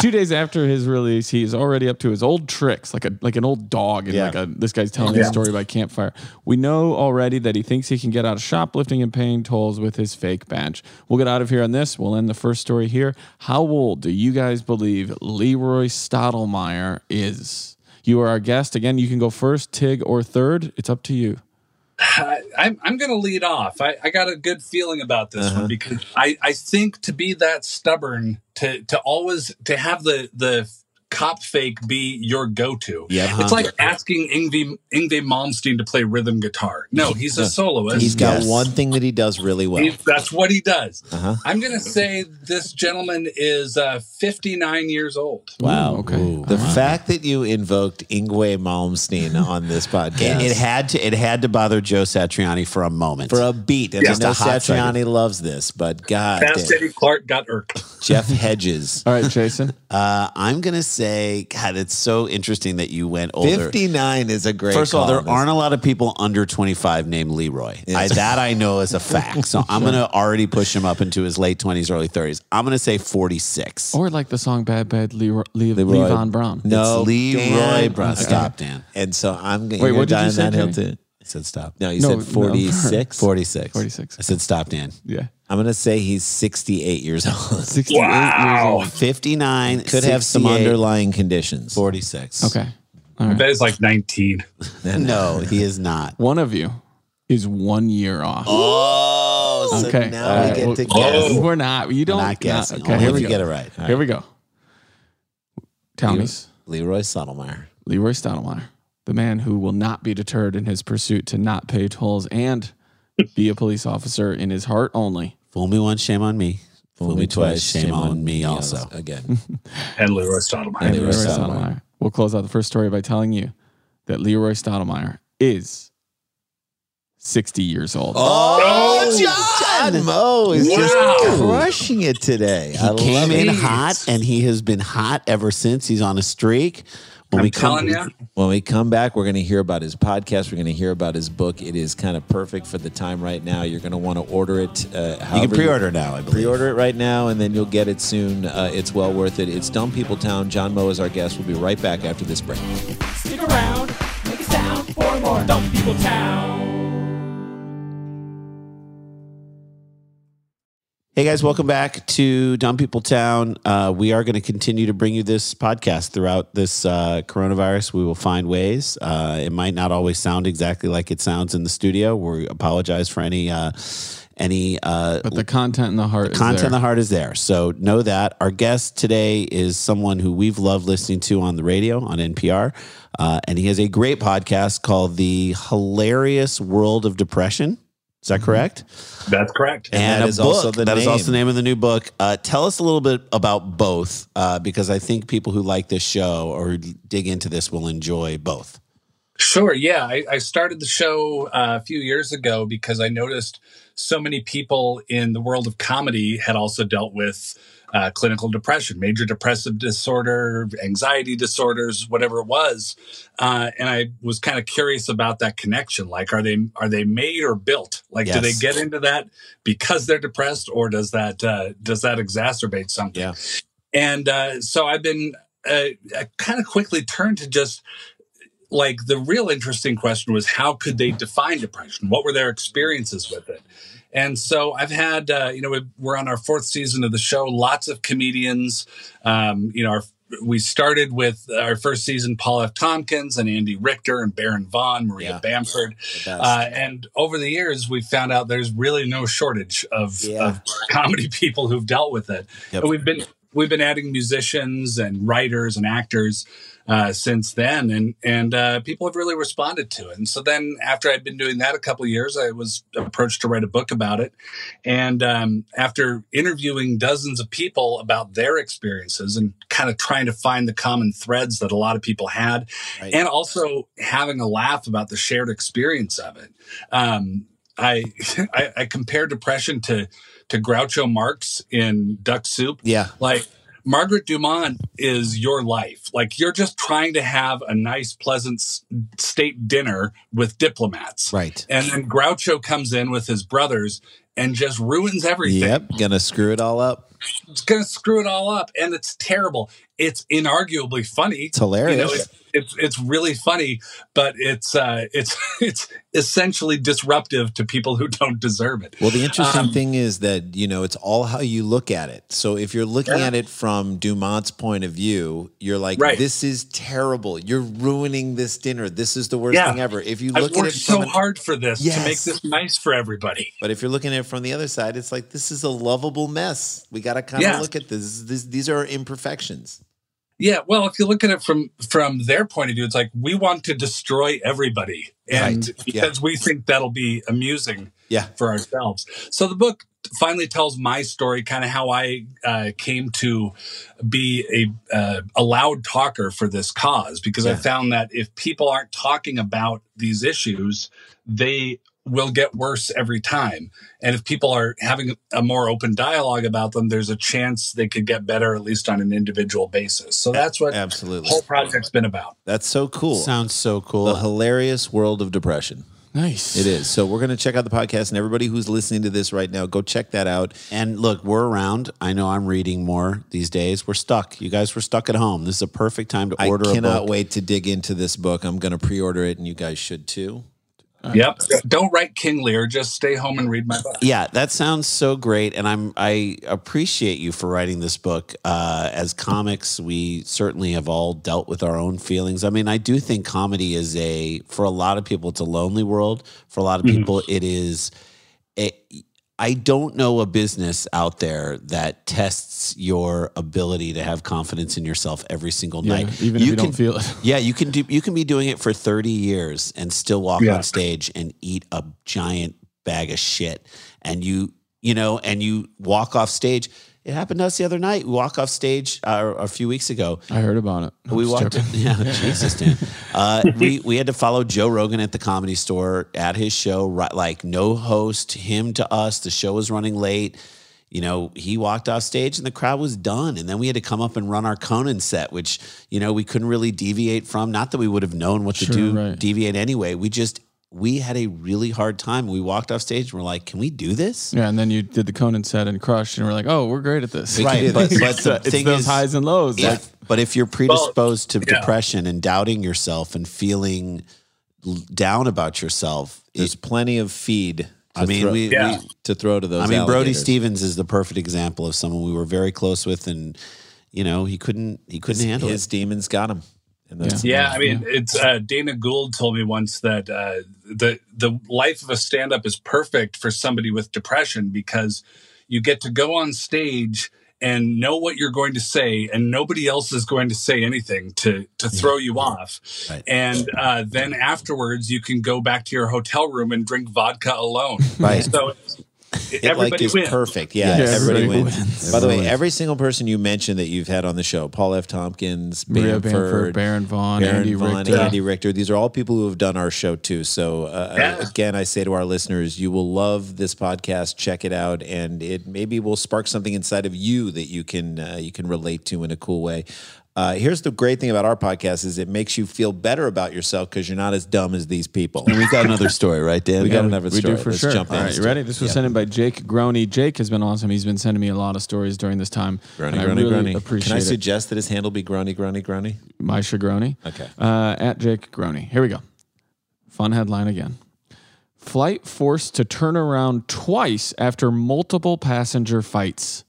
S4: Two days after his release, he is already up to his old tricks, like a like an old dog, and
S3: Yeah.
S4: like a this guy's telling a
S5: Yeah.
S4: story by campfire. We know already that he thinks he can get out of shoplifting and paying tolls with his fake badge. We'll get out of here on this. We'll end the first story here. How old do you guys believe Leroy Stottlemyre is? You are our guest again. You can go first, Tig, or third. It's up to you.
S5: I, I'm, I'm going to lead off. I, I got a good feeling about this
S3: Uh-huh.
S5: one because I, I think to be that stubborn, to to always to have the the cop fake be your go to.
S6: Yeah,
S5: it's
S6: huh.
S5: like asking Ingve Ingve Malmsteen to play rhythm guitar. No, he's a soloist.
S3: He's got
S6: Yes.
S3: one thing that he does really well.
S5: He- that's what he does.
S3: Uh-huh.
S5: I'm going to say this gentleman is uh, 59 years old.
S3: Wow.
S4: Ooh, okay.
S3: The
S6: Uh-huh.
S3: fact that you invoked Ingwe
S6: [laughs]
S3: Malmsteen on this podcast
S6: It, it had to. It had to bother Joe Satriani for a moment.
S3: for a beat, and
S5: Yeah.
S3: I know
S6: Just a hot
S3: Satriani
S6: second.
S3: loves this, but God,
S5: Fast
S3: damn,
S5: Eddie Clark got irked.
S3: Jeff Hedges,
S4: All right, Jason.
S6: Uh, I'm gonna say, God, it's so interesting that you went older.
S3: fifty-nine is a great.
S6: First of all,
S3: call
S6: there
S3: on this.
S6: aren't a lot of people under 25 named Leroy. I, that I know is a fact. So
S4: [laughs]
S6: I'm going to already push him up into his late 20s, early 30s. I'm going to say 46.
S4: Or like the song "Bad Bad" Leroy, Le-
S3: Leroy.
S4: Levon Brown.
S3: No,
S6: it's Leroy
S3: Dan.
S6: Brown.
S3: Okay.
S6: Stop, Dan.
S3: And so I'm going
S4: Wait,
S3: to
S4: what did you
S3: die on
S4: say,
S3: that hill
S4: Jimmy?
S3: too.
S6: I said stop.
S3: No, you
S4: No, no.
S3: said 46.
S6: 46.
S4: 46.
S6: I said stop, Dan.
S4: Yeah.
S3: I'm going to say he's 68 years
S4: [laughs]
S3: old.
S4: 68 years old.
S6: 59.
S3: Could have some
S6: 68,
S3: underlying conditions.
S6: 46.
S4: Okay. All right.
S5: That is like 19.
S6: No, he is not.
S4: One of you is one year off.
S6: Oh,
S3: so
S4: okay.
S3: now we
S4: All
S3: get to
S5: guess.
S4: Oh. We're not. You don't.
S6: not guessing.
S4: okay.
S6: Only
S4: Here
S6: if
S4: we
S6: you
S4: go.
S6: get it right.
S4: Here we go. Tommy's
S3: Leroy Sotomayor.
S4: Leroy Stottlemyre, the man who will not be deterred in his pursuit to not pay tolls and be a police officer in his heart only.
S6: Fool me once, shame on me. Fool, me twice, shame, on me also.
S3: Again.
S5: And Leroy Stoudemire.
S4: And Leroy
S3: Stottlemyre.
S4: Stottlemyre. We'll close out the first story by telling you that Leroy Stottlemyre is 60 years old.
S3: Oh, John Moe is
S5: Wow.
S3: just crushing it today. I
S6: He came
S3: love
S6: in
S3: it.
S6: hot, and he has been hot ever since. He's on a streak. When
S5: I'm
S6: we come,
S5: telling ya.
S3: When we come back, we're going to hear about his podcast. We're going to hear about his book. It is kind of perfect for the time right now. You're going to want to order it. Uh,
S6: you
S3: however
S6: can pre-order now. I believe.
S3: Pre-order it right now, and then you'll get it soon. Uh, it's well worth it. It's Dumb People Town. John Moe is our guest. We'll be right back after this break.
S2: Stick around, make a sound for more Dumb People Town.
S6: Hey guys, welcome back to Dumb People Town. Uh, we are going to continue to bring you this podcast throughout this uh, coronavirus. We will find ways. Uh, it might not always sound exactly like it sounds in the studio. We apologize for any uh, any uh,
S4: But the content in the heart is
S6: Content
S4: there.
S6: in the heart is there. So know that. Our guest today is someone who we've loved listening to on the radio on NPR. Uh, and he has a great podcast called The Hilarious World of Depression. Is
S4: Mm-hmm.
S6: that correct?
S5: That's correct.
S6: And
S3: that
S6: a
S3: is
S6: book.
S3: also the
S6: That is
S3: name.
S6: also the name of the new book. Uh, tell us a little bit about both, uh, because I think people who like this show or who dig into this will enjoy both.
S5: Sure. Yeah. I, I started the show uh, a few years ago because I noticed so many people in the world of comedy had also dealt with uh, clinical depression, major depressive disorder, anxiety disorders, whatever it was. Uh, and I was kind of curious about that connection. Like, are they are they made or built? Like, do they
S6: Yes.
S5: get into that because they're depressed, or does that uh, does that exacerbate something?
S6: Yeah.
S5: And uh, so I've been uh, I kind of quickly turned to just like the real interesting question was how could they define depression? What were their experiences with it? And so I've had, uh, you know, we- we're on our fourth season of the show. Lots of comedians, um, you know, our, we started with our first season, Paul F. Tompkins and Andy Richter and Baron Vaughn, Maria
S3: Yeah.
S5: Bamford.
S6: The best.
S5: Uh, and over the years, we found out there's really no shortage of,
S6: Yeah.
S5: of [laughs] comedy people who've dealt with it.
S3: Yep.
S5: And we've been we've been adding musicians and writers and actors uh, since then, and and uh, people have really responded to it. And so then, after I'd been doing that a couple of years, I was approached to write a book about it. And um, after interviewing dozens of people about their experiences and kind of trying to find the common threads that a lot of people had,
S3: Right.
S5: and also having a laugh about the shared experience of it. Um, I, [laughs] I I compared depression to to Groucho Marx in Duck Soup.
S3: Yeah.
S5: Like Margaret Dumont is your life. Like you're just trying to have a nice, pleasant s- state dinner with diplomats.
S6: Right.
S5: And then Groucho comes in with his brothers and just ruins everything.
S3: Yep. Gonna screw it all up.
S5: It's going to screw it all up. And it's terrible. It's inarguably funny.
S3: It's hilarious.
S5: You know, it's, it's it's really funny, but it's uh, it's [laughs] it's essentially disruptive to people who don't deserve it.
S3: Well, the interesting
S5: Um,
S3: thing is that you know it's all how you look at it. So if you're looking
S5: Yeah.
S3: at it from Dumont's point of view, you're like,
S5: Right.
S3: "This is terrible. You're ruining this dinner. This is the worst
S5: Yeah.
S3: thing ever." If you
S5: I
S3: look at
S5: worked
S3: it from,
S5: so
S3: an-
S5: hard for this to make
S3: Yes.
S5: this nice for everybody.
S3: but if you're looking at it from the other side, it's like this is a lovable mess. We got to kind of
S5: Yeah.
S3: look at this. this. These are imperfections.
S5: Yeah, well, if you look at it from from their point of view, it's like we want to destroy everybody, and
S3: Right, yeah.
S5: because we think that'll be amusing
S3: Yeah.
S5: for ourselves. So the book finally tells my story, kind of how I uh, came to be a uh, a loud talker for this cause, because I
S3: Yeah.
S5: found that if people aren't talking about these issues, they will get worse every time. And if people are having a more open dialogue about them, there's a chance they could get better, at least on an individual basis. So that's what the
S3: Absolutely.
S5: whole project's been about.
S3: That's so cool.
S6: Sounds so
S3: the
S6: cool.
S3: hilarious world of depression.
S4: Nice.
S3: It is. So we're going to check out the podcast, and everybody who's listening to this right now, go check that out.
S6: And look, we're around. I know I'm reading more these days. We're stuck. You guys were stuck at home. This is a perfect time to
S3: I
S6: order a
S3: cannot
S6: book.
S3: wait to dig into this book. I'm going to pre-order it, and you guys should too.
S5: Yep. Don't write King Lear, just stay home and read my book.
S6: Yeah, that sounds so great, and I'm I appreciate you for writing this book. Uh, as comics, we certainly have all dealt with our own feelings. I mean, I do think comedy is a for a lot of people it's a lonely world. For a lot of people, it is. It, I don't know a business out there that tests your ability to have confidence in yourself every single
S4: Yeah,
S6: night.
S4: even if you
S6: can,
S4: don't feel it.
S6: Yeah, you can do. You can be doing it for thirty years and still walk
S5: Yeah.
S6: on stage and eat a giant bag of shit, and you you know, and you walk off stage. It happened to us the other night. We walk off stage uh, a few weeks ago.
S4: I heard about it.
S6: We walked. [laughs] Yeah, Jesus, Dan. Uh, we we had to follow Joe Rogan at the comedy store at his show. Right, like no host, him to us. The show was running late. You know, he walked off stage and the crowd was done. And then we had to come up and run our Conan set, which you know we couldn't really deviate from. Not that we would have known what
S4: Sure,
S6: to do
S4: right.
S6: deviate anyway. We just we had a really hard time. We walked off stage and we're like, can we do this?
S4: Yeah, and then you did the Conan set and crushed, and we're like, oh, we're great at this.
S3: We can do
S6: Right, but,
S3: this.
S6: but the
S4: It's
S6: thing
S4: those
S6: is,
S4: highs and lows.
S6: Yeah.
S4: Like,
S6: but if you're predisposed to
S5: yeah.
S6: depression and doubting yourself and feeling l- down about yourself, it-
S3: There's plenty of feed. To
S6: I mean,
S3: throw,
S6: we, we-
S5: Yeah.
S3: to throw to those.
S6: I mean, Brody
S3: alligators.
S6: Stevens is the perfect example of someone we were very close with, and you know, he couldn't he couldn't handle
S3: his
S6: it.
S3: demons got him. And those-
S5: Yeah, I mean, it's uh, Dana Gould told me once that uh, the the life of a stand up is perfect for somebody with depression because you get to go on stage and know what you're going to say, and nobody else is going to say anything to to throw you off.
S6: Right.
S5: And uh, then afterwards, you can go back to your hotel room and drink vodka
S3: [laughs]
S5: alone.
S6: Right.
S5: So
S3: It like
S5: everybody
S3: is
S5: wins.
S3: perfect. Yeah,
S4: Yeah,
S3: everybody,
S4: everybody
S3: wins.
S4: wins.
S3: By the way,
S6: Everyone
S3: every single person you mentioned that you've had on the show, Paul F. Tompkins,
S4: Maria
S3: Bamford,
S4: Bamford, Baron Vaughn,
S3: Baron
S4: Andy
S3: Vaughn,
S4: Richter.
S3: Andy Richter. These are all people who have done our show too. So uh,
S5: Yeah.
S3: again, I say to our listeners, you will love this podcast. Check it out, and it maybe will spark something inside of you that you can uh, you can relate to in a cool way. Uh, here's the great thing about our podcast is it makes you feel better about yourself because you're not as dumb as these people.
S6: We got another story, right, Dan?
S3: We got another
S4: we
S3: story.
S4: do for
S3: Let's
S4: sure.
S3: jump in.
S4: All right, you ready? This was sent in by Jake Groney. Jake has been awesome. He's been sending me a lot of stories during this time.
S3: Grony,
S4: and I
S3: grony,
S4: really
S3: grony.
S4: appreciate
S3: Can I
S4: it.
S3: suggest that his handle be grony, grony, grony?
S4: My Shagroni.
S3: Okay.
S4: Uh, at Jake Grony. Here we go. Fun headline again. Flight forced to turn around twice after multiple passenger
S3: [laughs]
S4: fights.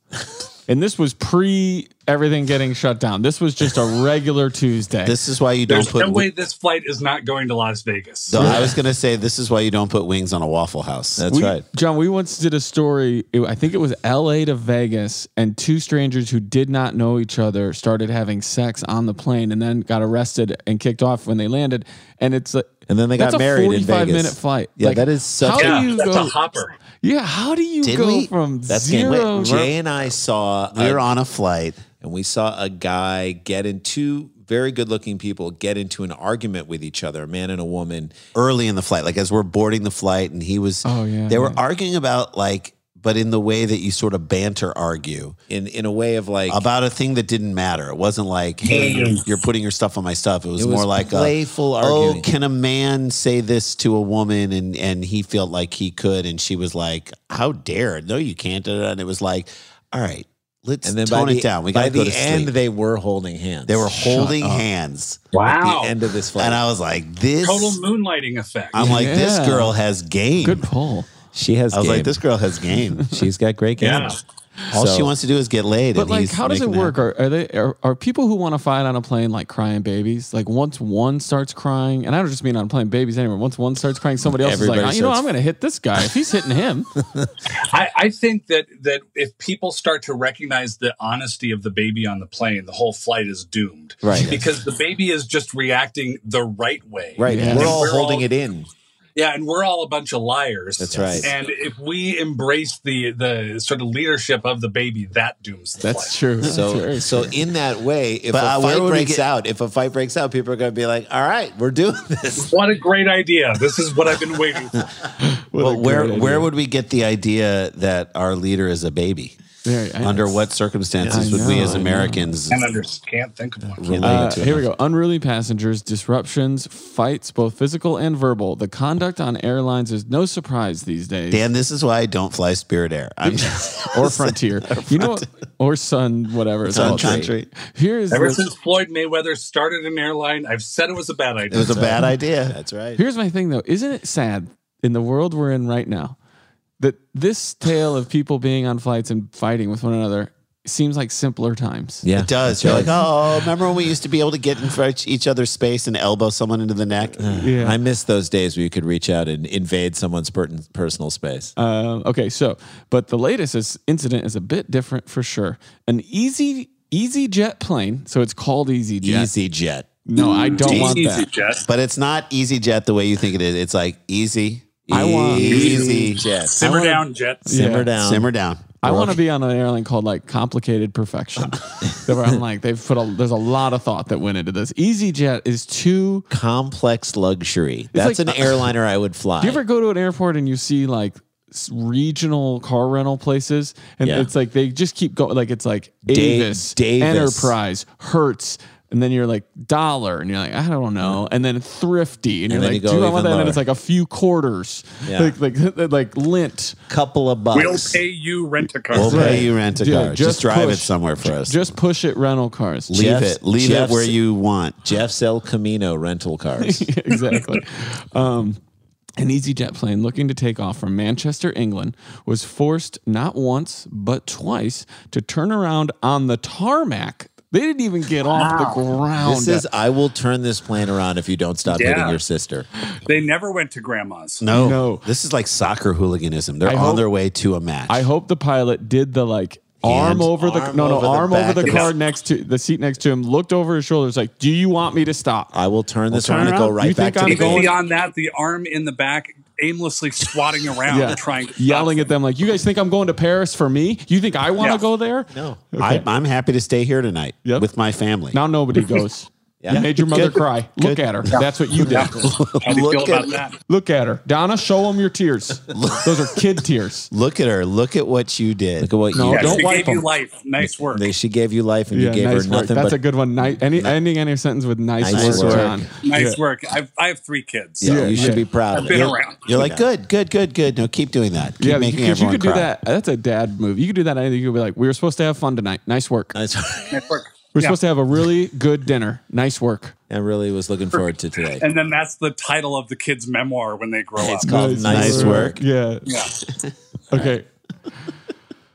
S4: and this was pre everything getting shut down. This was just a regular Tuesday.
S6: This is why you don't
S5: There's
S6: put.
S5: no way this flight is not going to Las Vegas.
S6: So I was going to say this is why you don't put wings on a Waffle House.
S3: That's
S4: we,
S3: right.
S4: John, we once did a story. it- I think it was LA to Vegas, and two strangers who did not know each other started having sex on the plane and then got arrested and kicked off when they landed. And it's like,
S3: And then they got
S4: that's a
S3: married in
S4: 45
S3: Vegas.
S4: minute flight.
S3: Yeah,
S4: Like,
S3: that is such
S4: how
S3: a-
S5: yeah,
S4: do you
S5: that's
S4: go,
S5: a hopper.
S4: Yeah, how do you
S6: Didn't
S4: go
S6: we-
S4: from
S3: That's
S4: zero?
S3: Wait, Jay and I saw
S6: we were
S3: a-
S6: on a flight.
S3: and we saw a guy get in two very good looking people get into an argument with each other, a man and a woman.
S6: early in the flight, like as we're boarding the flight, and he was.
S4: Oh, yeah,
S6: They were
S4: yeah.
S6: arguing about like, but in the way that you sort of banter argue
S3: in in a way of like
S6: about a thing that didn't matter. It wasn't like, hey, you're, you're putting your stuff on my stuff. It was,
S3: It was
S6: more like
S3: playful
S6: a,
S3: arguing.
S6: Oh, can a man say this to a woman? And and he felt like he could, and she was like, how dare? No, you can't. And it was like, all right, let's
S3: and then
S6: tone
S3: by the,
S6: it down. We
S3: by
S6: got
S3: the
S6: go to
S3: end
S6: sleep.
S3: they were holding hands.
S6: They were holding hands,
S5: Wow.
S3: the end of this flight.
S6: and I was like, this.
S5: Total moonlighting effect.
S6: I'm like, this
S4: Yeah.
S6: girl has game.
S4: Good pull.
S3: she has
S6: I was like,
S3: game.
S6: this girl has game.
S3: she's got great game.
S5: yeah.
S6: All
S3: So-
S6: she wants to do is get laid.
S4: But
S6: and
S4: like,
S6: he's
S4: how does it
S6: making
S4: work?
S6: that-
S4: Are, are they are, are people who want to fight on a plane like crying babies? Like once one starts crying, and I don't just mean on playing babies anymore. Once one starts crying, somebody else is like,
S3: Everybody
S4: "Ah, you know, what?
S3: starts-
S4: I'm going to hit this guy if he's hitting him.
S5: I, I think that that if people start to recognize the honesty of the baby on the plane, the whole flight is doomed.
S3: Right.
S5: Because the baby is just reacting the right way.
S3: Right.
S4: Yeah.
S3: We're
S4: And
S3: all
S5: we're
S3: holding
S5: all-
S3: it in.
S5: Yeah, and we're all a bunch of liars.
S3: That's right.
S5: And if we embrace the the sort of leadership of the baby, that dooms the flight.
S4: That's true. That's
S3: So
S4: very
S3: so
S4: true.
S3: in that way, if
S6: But, uh,
S3: a
S6: where
S3: fight
S6: would we
S3: breaks
S6: get-
S3: out, if a fight breaks out, people are gonna be like, All right, we're doing [laughs] this.
S5: What a great idea. This is what I've been waiting for.
S4: What a
S6: But where
S4: great idea.
S6: where would we get the idea that our leader is a baby?
S4: Very- I-
S6: Under what circumstances
S4: I
S6: would we
S4: know,
S6: as
S4: I know.
S6: Americans?
S5: And I just can't think of one.
S6: relate
S4: Uh,
S6: to
S4: here we
S6: it?
S4: go. Unruly passengers, disruptions, fights, both physical and verbal. The conduct on airlines is no surprise these days.
S6: Dan, this is why I don't fly Spirit Air. I'm
S4: or Frontier. you know, or Sun, whatever. it's
S6: Sun
S4: called.
S6: Country.
S4: Here is
S5: Ever
S4: the-
S5: since Floyd Mayweather started an airline, I've said it was a bad idea.
S6: it was a bad idea.
S3: That's right.
S4: Here's my thing though. Isn't it sad in the world we're in right now that this tale of people being on flights and fighting with one another seems like simpler times?
S3: Yeah.
S6: It does. You're like, oh, remember when we used to be able to get in for each- each other's space and elbow someone into the neck?
S4: Yeah.
S3: I miss those days where you could reach out and invade someone's per- personal space.
S4: Um, okay, so but the latest is, incident is a bit different for sure. An easy easy jet plane, so it's called easy jet.
S3: Easy jet.
S4: No, I don't want
S5: Easy,
S4: that.
S5: Jet.
S6: But it's not EasyJet the way you think it is. It's like easy,
S4: I want-
S6: easy jet.
S5: Simmer down, Jets.
S3: Simmer
S4: Yeah.
S3: down.
S6: Simmer down.
S4: I want to be on an airline called like
S3: [laughs]
S4: Complicated Perfection. where I'm like, they've put a, there's a lot of thought that went into this. EasyJet is too
S3: complex luxury. That's
S4: like- uh,
S3: an airliner I would fly.
S4: Do you ever go to an airport and you see like s- regional car rental places and
S3: Yeah.
S4: it's like they just keep going like it's like
S3: Da-
S4: Avis,
S3: Davis.
S4: Enterprise, Hertz and then you're like dollar and you're like I don't know and then thrifty and,
S3: And
S4: you're
S3: then
S4: like
S3: you go
S4: do I want
S3: even
S4: that and then it's
S3: lower.
S4: like a few quarters
S3: Yeah.
S4: [laughs] like like like lint
S3: couple of bucks.
S5: We'll pay you rent a car.
S6: We'll
S4: Right.
S6: pay you rent a
S4: Dude,
S6: car. Just,
S4: just
S6: drive
S4: push.
S6: it somewhere for us.
S4: just push it rental cars
S6: leave
S3: Jeff's-
S6: it. Leave
S3: Jeff's-
S6: it where you want.
S3: Jeff's El Camino rental
S6: [laughs]
S3: cars.
S4: [laughs] exactly. Um, an EasyJet plane looking to take off from Manchester, England, was forced not once but twice to turn around on the tarmac. They didn't even get off the ground.
S3: this is I will turn this plane around if you don't stop hitting
S5: Yeah.
S3: your sister.
S5: They never went to grandma's.
S6: No,
S4: No.
S6: This is like soccer hooliganism. They're on
S4: hope-
S6: their way to a match.
S4: I hope the pilot did the like arm
S6: Hand,
S4: over the
S3: arm
S4: no no
S3: over the
S4: arm
S3: back
S4: over
S3: of
S4: the
S3: the-
S4: car next to the seat next to him, looked over his shoulder, was like, "Do you want me to stop?"
S3: I will turn this
S6: turn
S3: around and go
S6: around.
S3: right
S4: You
S3: back
S4: think
S3: to
S4: I'm
S3: the
S5: Even
S4: going-
S5: beyond that, the arm in the back, aimlessly swatting around, trying to
S4: yelling at them like, "You guys think I'm going to Paris for me? You think I want to
S5: Yeah.
S4: go there?"
S3: No.
S6: I, I'm happy to stay here tonight
S4: Yep.
S6: with my family.
S4: Now nobody goes. You made your mother cry. Look at her. That's what you did.
S5: How do you feel
S6: Look
S5: about
S6: at-
S5: that?
S4: Look at her. Donna, show them your tears. Those are kid tears.
S6: Look at her. Look at what you did.
S3: Look at what
S4: No,
S3: you
S5: Yeah,
S4: don't
S5: she
S4: wipe
S5: gave
S4: them.
S5: you life. Nice work.
S3: They, she gave you life and you gave
S4: nice
S3: her
S4: work.
S3: nothing
S4: That's a
S3: but
S4: good one. Ni- any, ending any sentence with nice,
S3: Nice
S4: work,
S3: work.
S4: John.
S5: nice
S4: Yeah.
S5: work. I've, I have three kids.
S3: yeah,
S5: so
S3: you should be proud of
S5: I've
S3: it.
S5: been
S3: You're-
S5: around.
S6: You're like, good, good, good, good. No, keep doing that. Keep
S4: Yeah,
S6: making
S4: because you
S6: everyone
S4: could do
S6: cry.
S4: that. That's a dad move. You could do that. and You could be like, "We were supposed to have fun tonight. Nice work.
S3: Nice.
S5: Nice work.
S4: We're
S5: Yeah.
S4: supposed to have a really good dinner. Nice work."
S3: I really was looking forward to today.
S5: And then that's the title of the kid's memoir when they grow up.
S3: It's called Nice, Work.
S4: Yeah.
S5: Yeah.
S4: [laughs] Okay. [sighs]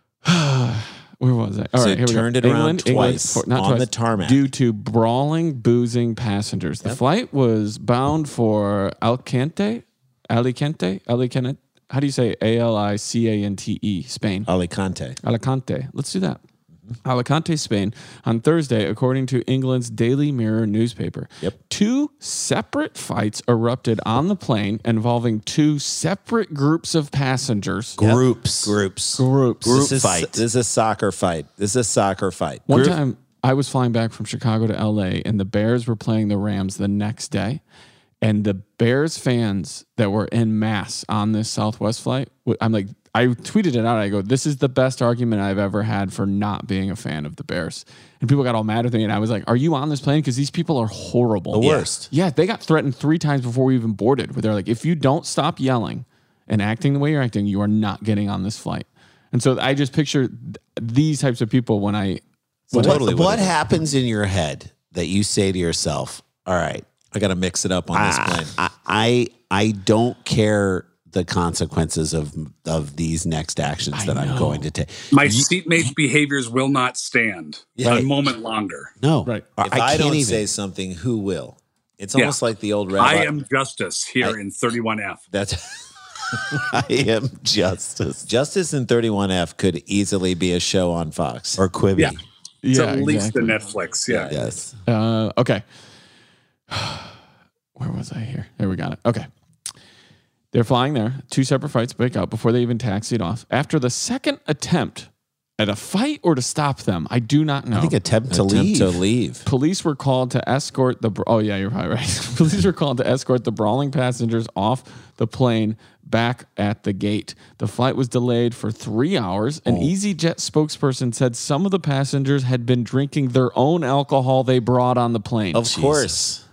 S4: Where was I? All
S3: So
S4: right, here we go.
S3: turned it around twice
S4: for-
S3: on the tarmac.
S4: due to brawling, boozing passengers. The flight was bound for Alcante, Alicante, Alicante. How do you say A L I C A N T E? Spain.
S3: Alicante.
S4: Alicante. Let's do that. Alicante, Spain, on Thursday, according to England's Daily Mirror newspaper.
S3: Yep.
S4: Two separate fights erupted on the plane involving two separate groups of passengers.
S6: Groups.
S3: Groups.
S4: Groups.
S6: Group
S3: this is,
S6: fight.
S3: This is a soccer fight. This is a soccer fight.
S4: One
S3: Group-
S4: time I was flying back from Chicago to LA and the Bears were playing the Rams the next day. And the Bears fans that were in mass on this Southwest flight, w- I'm like, I tweeted it out. I go, this is the best argument I've ever had for not being a fan of the Bears. And people got all mad at me. And I was like, are you on this plane? Because these people are horrible.
S6: The worst.
S4: Yeah, they got threatened three times before we even boarded. Where they're like, if you don't stop yelling and acting the way you're acting, you are not getting on this flight. And so I just picture th- these types of people when I
S6: What,
S3: Totally with
S6: what
S3: it.
S6: happens in your head that you say to yourself, all right,
S3: I got to mix it up on this
S6: I,
S3: plane.
S6: Ah, I, I I don't care the consequences of of these next actions that I'm going to take.
S5: My seatmate's behaviors will not stand
S6: Yeah.
S5: a moment longer.
S6: No,
S4: Right.
S6: I,
S3: If I,
S6: can't
S3: don't
S6: even.
S3: say something, who will? It's
S5: Yeah.
S3: almost like the old rabbi.
S5: I am justice here in 31F.
S3: That's [laughs]
S6: [laughs] I am justice
S3: Justice in 31F could easily be a show on Fox.
S6: or Quibi.
S5: Yeah. It's
S4: yeah,
S5: at least
S4: exactly.
S5: the Netflix. Yeah.
S6: Yes,
S4: Uh, okay. [sighs] Where was I here? There we got it. Okay. They're flying there. Two separate fights break out before they even taxied off. After the second attempt at a fight or to stop them, I do not know.
S6: I think attempt to
S3: Attempt
S6: leave.
S3: to leave.
S4: Police were called to escort the. bra- Oh yeah, you're probably right. [laughs] Police were called to escort the brawling passengers off the plane back at the gate. The flight was delayed for three hours.
S3: Oh.
S4: An EasyJet spokesperson said some of the passengers had been drinking their own alcohol they brought on the plane.
S3: Of course.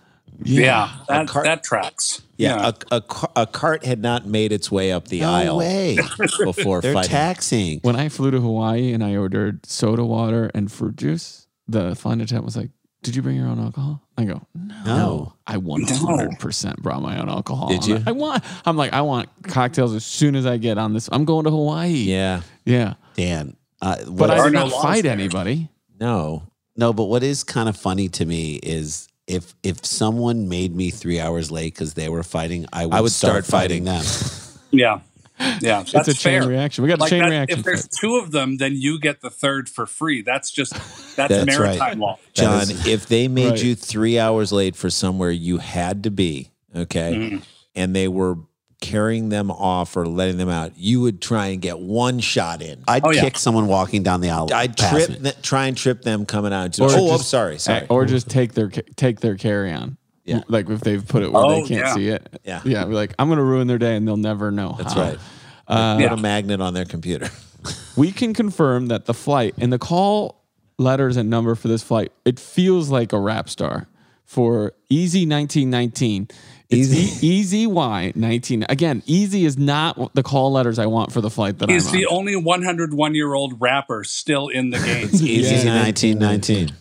S5: Yeah. That,
S3: car-
S5: that tracks.
S3: Yeah, A, a, ca- a cart had not made its way up the
S6: No
S3: aisle
S6: way.
S3: before
S6: [laughs] They're
S3: fighting.
S6: taxing.
S4: when I flew to Hawaii and I ordered soda water and fruit juice, the flight attendant was like, "Did you bring your own alcohol?" I go, "No,
S6: No.
S4: I one hundred percent brought my own alcohol."
S3: Did
S4: I'm
S3: you?
S4: like, I want. I'm like, I want cocktails as soon as I get on this. I'm going to Hawaii.
S3: yeah.
S4: yeah.
S6: Dan. Uh,
S4: But
S6: what,
S4: I
S5: are
S4: did
S5: no
S4: not
S5: laws
S4: fight
S5: there.
S4: anybody.
S3: No.
S6: no, but what is kind of funny to me is if if someone made me three hours late because they were fighting, I would,
S3: would
S6: start,
S3: start
S6: fighting,
S3: fighting.
S6: them.
S5: Yeah. Yeah. That's
S4: it's a chain
S5: fair.
S4: reaction. We got a
S5: Like
S4: chain
S5: that-
S4: reaction.
S5: if there's
S4: fight.
S5: two of them, then you get the third for free. That's just that's,
S6: That's
S5: maritime
S6: right.
S5: law.
S3: John, if they made
S4: Right.
S3: you three hours late for somewhere you had to be, okay, and they were carrying them off or letting them out, you would try and get one shot in.
S6: I'd
S5: Oh, yeah.
S6: kick someone walking down the aisle.
S3: I'd
S6: past
S3: trip,
S6: me.
S3: th- try and trip them coming out.
S4: Or
S3: oh, I'm
S4: just-
S3: sorry, sorry.
S4: or just take their ca- take their carry on.
S3: Yeah.
S4: Like if they've put it where
S5: Oh,
S4: they can't
S5: yeah.
S4: see it.
S3: Yeah.
S4: Yeah. be Like I'm gonna ruin their day and they'll never know.
S3: That's
S4: how.
S3: right.
S5: Yeah.
S3: Put a magnet on their computer. [laughs]
S4: we can confirm that the flight and the call letters and number for this flight it feels like a rap star for easy 1919 it's easy, easy y 19 again easy is not the call letters i want for the flight that
S5: He's
S4: i'm
S5: the
S4: on
S5: only 101 year old rapper still in the game.
S6: Easy
S4: Yeah.
S6: 1919.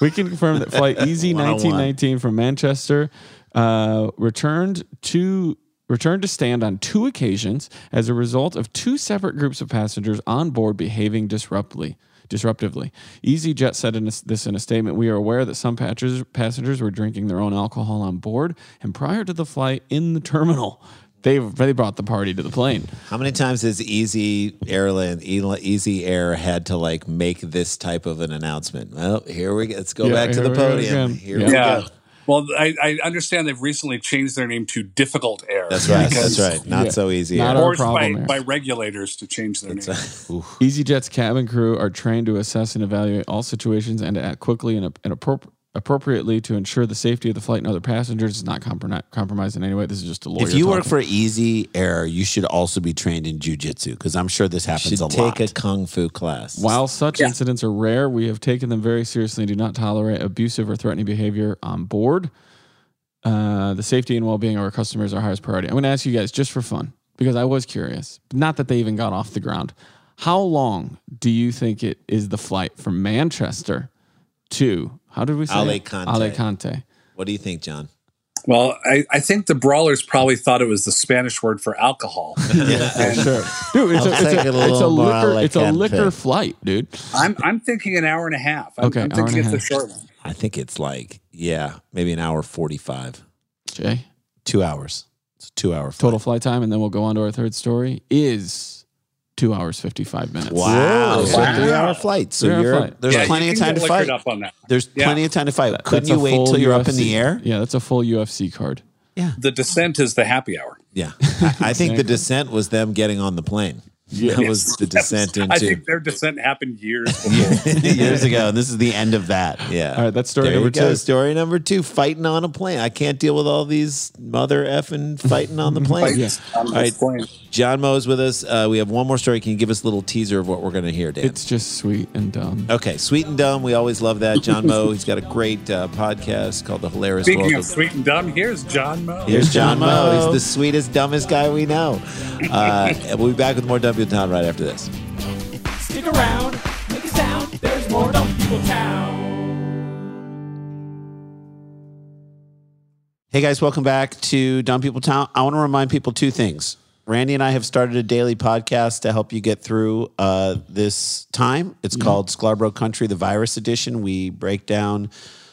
S4: we can confirm that flight easy 1919 from manchester uh, returned to returned to stand on two occasions as a result of two separate groups of passengers on board behaving disruptly disruptively easyjet said in this- this in a statement we are aware that some passengers passengers were drinking their own alcohol on board and prior to the flight in the terminal they they brought the party to the plane
S3: How many times has Easy Airline, E- Easy Air had to like make this type of an announcement? Well, here we go. Let's go
S4: Yeah,
S3: back to the
S4: here we go
S3: podium.
S4: again.
S3: Here
S4: Yeah.
S3: we
S5: yeah.
S3: go.
S5: Well, I, I understand they've recently changed their name to Difficult Air.
S3: That's right.
S5: because-
S3: That's right. Not
S4: Yeah.
S3: so easy. Air.
S4: Not our-
S5: Forced by,
S4: problem, Eric.
S5: by regulators to change their name.
S4: EasyJet's cabin crew are trained to assess and evaluate all situations and to act quickly and, ap- and appro- appropriately to ensure the safety of the flight and other passengers is not comprom- compromised in any way. This is just a lawyer.
S6: If you work
S4: talking.
S6: for Easy Air, you should also be trained in jujitsu because I'm sure this happens
S3: Should
S6: a
S3: take
S6: lot.
S3: a kung fu class.
S4: While such incidents are rare, we have taken them very seriously and do not tolerate abusive or threatening behavior on board. Uh, the safety and well being of our customers are our highest priority. I'm going to ask you guys just for fun because I was curious, not that they even got off the ground. How long do you think it is the flight from Manchester to, how did we say? it?
S3: Alicante.
S4: Alicante.
S3: What do you think, John?
S5: Well, I, I think the brawlers probably thought it was the Spanish word for alcohol.
S4: For sure.
S6: [laughs]
S4: Dude, it's, a,
S3: I'll
S4: it's,
S3: take
S4: a,
S3: it a
S4: it's, a
S3: little more
S4: liquor, it's a
S3: Alicante.
S4: liquor flight, dude.
S5: I'm, I'm thinking an hour and a half. I'm,
S4: Okay,
S5: I'm
S4: hour and
S5: thinking
S4: a
S5: it's a
S4: half.
S5: short one.
S3: I think it's like, yeah, maybe an hour 45.
S4: Jay?
S6: two hours. It's a two hour flight.
S4: total flight time, and then we'll go on to our third story, is two hours, 55 minutes.
S6: Wow.
S3: So
S5: Wow.
S6: three hour flight. So
S4: Three-hour
S6: you're,
S4: flight.
S6: there's
S5: Yeah, you
S6: plenty of
S5: can
S6: time to
S5: get
S6: fight.
S5: liquored up on that.
S6: There's
S5: Yeah.
S6: plenty of time to fight.
S4: That's
S6: Couldn't
S4: a
S6: you wait
S4: full
S6: till you're up in
S4: UFC
S6: the air?
S4: Yeah, that's a full UFC card.
S5: The descent is the happy hour.
S3: Yeah. [laughs] I, I think the descent was them getting on the plane. That
S4: [laughs]
S3: was the descent
S5: I
S3: into.
S5: think their descent
S3: [laughs]
S5: happened years before.
S6: years ago. And this is the end of that.
S3: Yeah.
S4: All right, that's story
S3: There you
S4: number
S3: go.
S4: two.
S3: Story number two fighting on a plane. I can't deal with all these mother effing fighting
S4: [laughs]
S3: on the plane.
S4: Yeah.
S5: on
S3: All right.
S5: this plane.
S3: John Moe is with us. Uh, we have one more story. Can you give us a little teaser of what we're going to hear, Dan?
S4: It's just sweet and dumb.
S3: okay. Sweet and Dumb. We always love that.
S4: [laughs]
S3: John Moe, he's got a great uh, podcast called The Hilarious
S5: Speaking
S3: World
S5: of sweet and dumb, here's John Moe.
S3: Here's John Moe.
S6: John Moe.
S3: He's the sweetest, dumbest guy we know. Uh, and we'll be back with more W Town right after this.
S2: Stick around, make a sound. There's more Dumb People Town.
S6: Hey guys, welcome back to Dumb People Town. I want to remind people two things. Randy and I have started a daily podcast to help you get through uh, this time. It's called Scarborough Country, the virus edition. We break down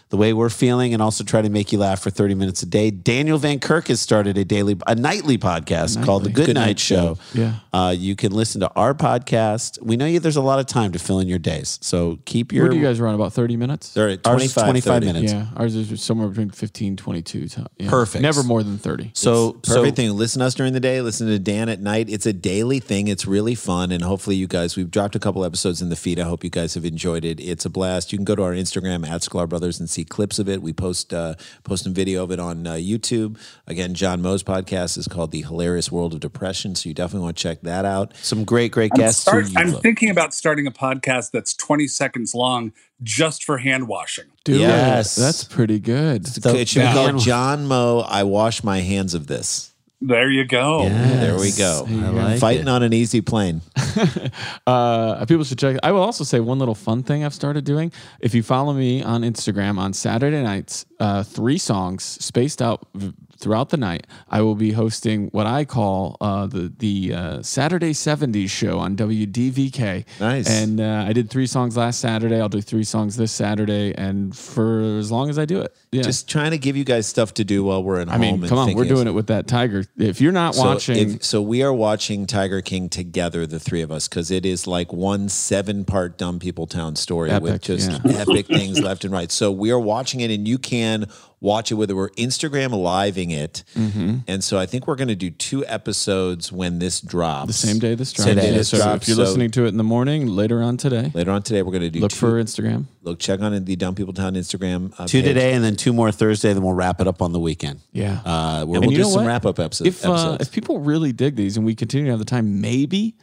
S6: the way we're feeling and also try to make you laugh for 30 minutes a day. Daniel Van Kirk has started a daily, a nightly podcast called The Good, Night, Show.
S4: Yeah.
S6: Uh, you can listen to our podcast. We know you, there's a lot of time to fill in your days. So keep your
S4: Where do you guys run? About 30 minutes?
S3: Sorry,
S6: ours is
S3: 25,
S6: 25
S3: 30.
S6: minutes.
S4: Yeah, ours is somewhere between 15, 22. to- yeah.
S6: Perfect.
S4: Never more than 30.
S6: So, so
S3: Perfect thing. Listen to us during the day. Listen to Dan at night. It's a daily thing. It's really fun. And hopefully, you guys, we've dropped a couple episodes in the feed. I hope you guys have enjoyed it. It's a blast. You can go to our Instagram at Sklar Brothers and see clips of it. We post uh, post some video of it on uh, YouTube. Again, John Moe's podcast is called The Hilarious World of Depression. So, you definitely want to check that out.
S6: some great, great
S5: I'm,
S6: guests. who
S5: start-
S6: you
S5: I'm
S6: love.
S5: thinking about starting a podcast that's 20 seconds long just for hand washing.
S4: Do it.
S6: Yes.
S4: That's pretty good.
S6: So-
S3: it should be
S6: Yeah.
S3: called John Moe. I wash my hands of this.
S5: There you go.
S3: There we go.
S4: I like
S3: Fighting on an easy plane.
S4: uh, people should check. I will also say one little fun thing I've started doing. If you follow me on Instagram on Saturday nights, uh, three songs spaced out v- throughout the night, I will be hosting what I call uh, the the uh, Saturday '70s show on WDVK.
S3: Nice.
S4: And uh, I did three songs last Saturday. I'll do three songs this Saturday, and for as long as I do it, yeah.
S3: Just trying to give you guys stuff to do while we're in
S4: I
S3: home.
S4: mean,
S3: and
S4: come on, we're
S3: thinking of-
S4: doing it with that tiger. If you're not watching,
S3: So, if, so we are watching Tiger King together, the three of us, because it is like one seven-part Dumb People Town story with
S4: Epic,
S3: just
S4: yeah.
S3: [laughs] epic things left and right. So we are watching it, and you can watch it whether we're Instagram living it.
S4: Mm-hmm.
S3: And so I think we're going to do two episodes when this drops.
S4: the same day this drops,
S3: Same day
S4: yeah,
S3: this
S4: so
S3: drops,
S4: if you're
S3: so-
S4: listening to it in the morning, later on today,
S3: Later on today, we're going to do
S4: look
S3: two,
S4: for Instagram.
S3: look check on the Dumb People Town Instagram. Uh,
S6: Two
S3: page.
S6: today and then two more Thursday, then we'll wrap it up on the weekend.
S4: Yeah.
S6: Uh, we're,
S3: We'll
S4: you
S3: do
S4: know
S3: some
S4: what?
S3: wrap-up episodes.
S4: if uh,
S3: episodes.
S4: if people really dig these and we continue to have the time, maybe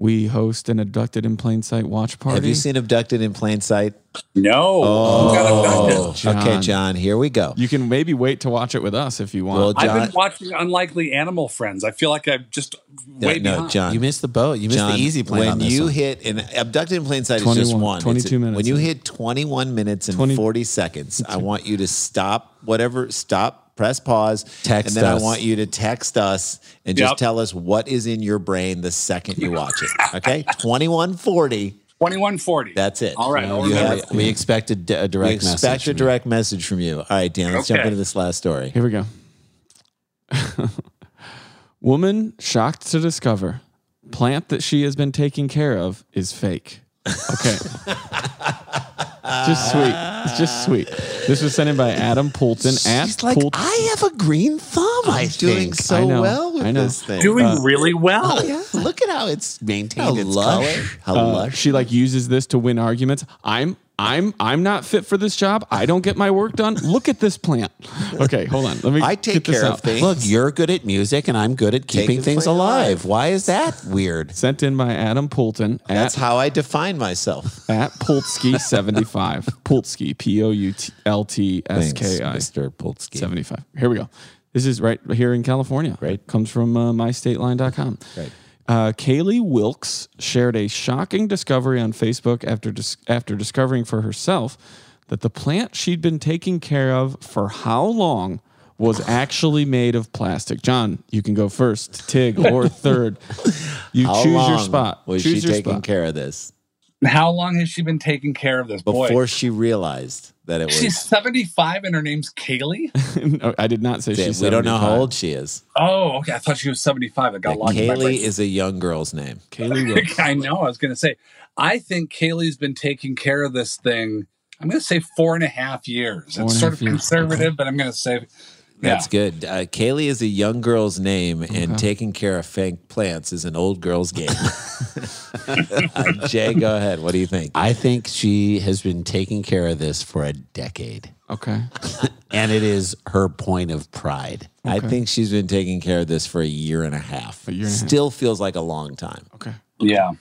S4: we host an abducted in plain sight watch party.
S3: Have you seen Abducted in Plain Sight?
S5: No. Who got abducted?
S3: Oh, okay,
S4: John.
S3: John. Here we go.
S4: You can maybe wait to watch it with us if you want.
S3: Well,
S5: I've
S3: John,
S5: been watching Unlikely Animal Friends. I feel like I'm just way
S3: no,
S5: behind.
S3: John.
S6: you missed the boat. You missed
S3: John,
S6: the easy plane.
S3: When
S6: on this
S3: you
S6: one.
S3: hit and abducted in plain sight is just
S4: 21,
S3: one. It's-
S4: 22 minutes.
S3: When you hit 21 minutes and
S4: 20
S3: 40 seconds, I want you to stop whatever. Stop. Press pause.
S6: Text
S3: and then
S6: us.
S3: I want you to text us and just
S5: Yep.
S3: tell us what is in your brain the second you watch it. Okay, 2140.
S5: 2140.
S3: That's it.
S5: All right. I'll
S3: You
S5: remember.
S3: have-
S6: we expect a, d- a direct
S3: We expect
S6: message.
S3: a
S6: from
S3: direct message from you. All right, Dan. Let's jump
S5: Okay.
S3: into this last story.
S4: Here we go. [laughs] Woman shocked to discover plant that she has been taking care of is fake.
S3: [laughs]
S4: Okay. just sweet. It's just sweet. This was sent in by Adam Poulton
S6: you.
S4: at
S6: She's like,
S4: Poulton.
S6: I have a green thumb. I'm
S3: Doing so
S4: I know,
S3: well with
S4: I know.
S3: this thing.
S5: Doing
S3: [laughs]
S5: really well.
S6: Yeah, look at how it's maintained.
S3: how
S6: its
S3: lush.
S6: color.
S3: How
S4: Uh,
S3: lush.
S4: she like uses this to win arguments. I'm I'm I'm not fit for this job. I don't get my work done. Look at this plant. Okay, hold on. Let me.
S6: I take
S4: get this
S6: care of
S4: out.
S3: things.
S6: Look, you're good at music, and I'm good at keeping
S3: Taking
S6: things
S3: things
S6: alive. Why is that weird?
S4: Sent in by Adam Poulton at
S3: That's how I define myself.
S4: at
S3: [laughs]
S4: Pultsky seventy five. Pultsky P O U T L T S
S3: Thanks,
S4: K I
S3: Mr. Pultsky.
S4: seventy five. Here we go. This is right here in California.
S3: Right.
S4: comes from uh, mystateline.com. Right. Uh, Kaylee Wilkes shared a shocking discovery on Facebook after dis- after discovering for herself that the plant she'd been taking care of for how long
S3: [laughs]
S4: was actually made of plastic. John, you can go
S3: [laughs]
S4: first, Tig, or third. You
S3: How
S4: choose your
S3: long
S4: spot.
S3: Was
S4: choose
S3: she
S4: your
S3: taking
S4: spot.
S3: care of this
S5: How long has she been taking care of this boy?
S3: before she realized that it was?
S5: She's 75 and her name's Kaylee?
S4: [laughs] No, I did not say
S3: that
S4: she's.
S3: we don't know how
S4: 75.
S3: old she is.
S5: Oh, okay. I thought she was 75. I got locked in my
S3: Kaylee
S5: brain.
S3: is a young girl's name.
S5: [laughs]
S4: Kaylee Wilkes.
S5: I know. I was going to say, I think Kaylee's been taking care of this thing. I'm going to say four and a half years.
S4: and a
S5: it's sort
S4: half
S5: of
S4: years.
S5: conservative, but I'm going to say, yeah.
S3: That's good. Uh, Kaylee is a young girl's name, and taking care of fake plants is an old girl's
S6: [laughs]
S3: game. [laughs] Uh, Jay, go ahead. What do you think?
S6: I think she has been taking care of this for a decade,
S4: Okay.
S6: and it is her point of pride.
S3: I think she's been taking care of this for a year and a half.
S4: A year and a half.
S3: Still feels like a long time.
S4: Okay.
S5: Yeah.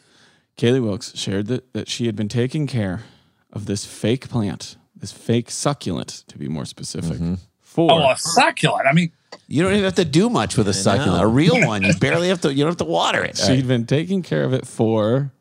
S4: Kaylee Wilkes shared that, that she had been taking care of this fake plant, this fake succulent, to be more specific,
S3: Mm-hmm.
S4: for
S5: Oh, a succulent. I mean,
S6: You don't even have to do much with a succulent.
S3: know.
S6: A real one, you barely have to. You don't have to water it.
S4: she'd been taking care of it for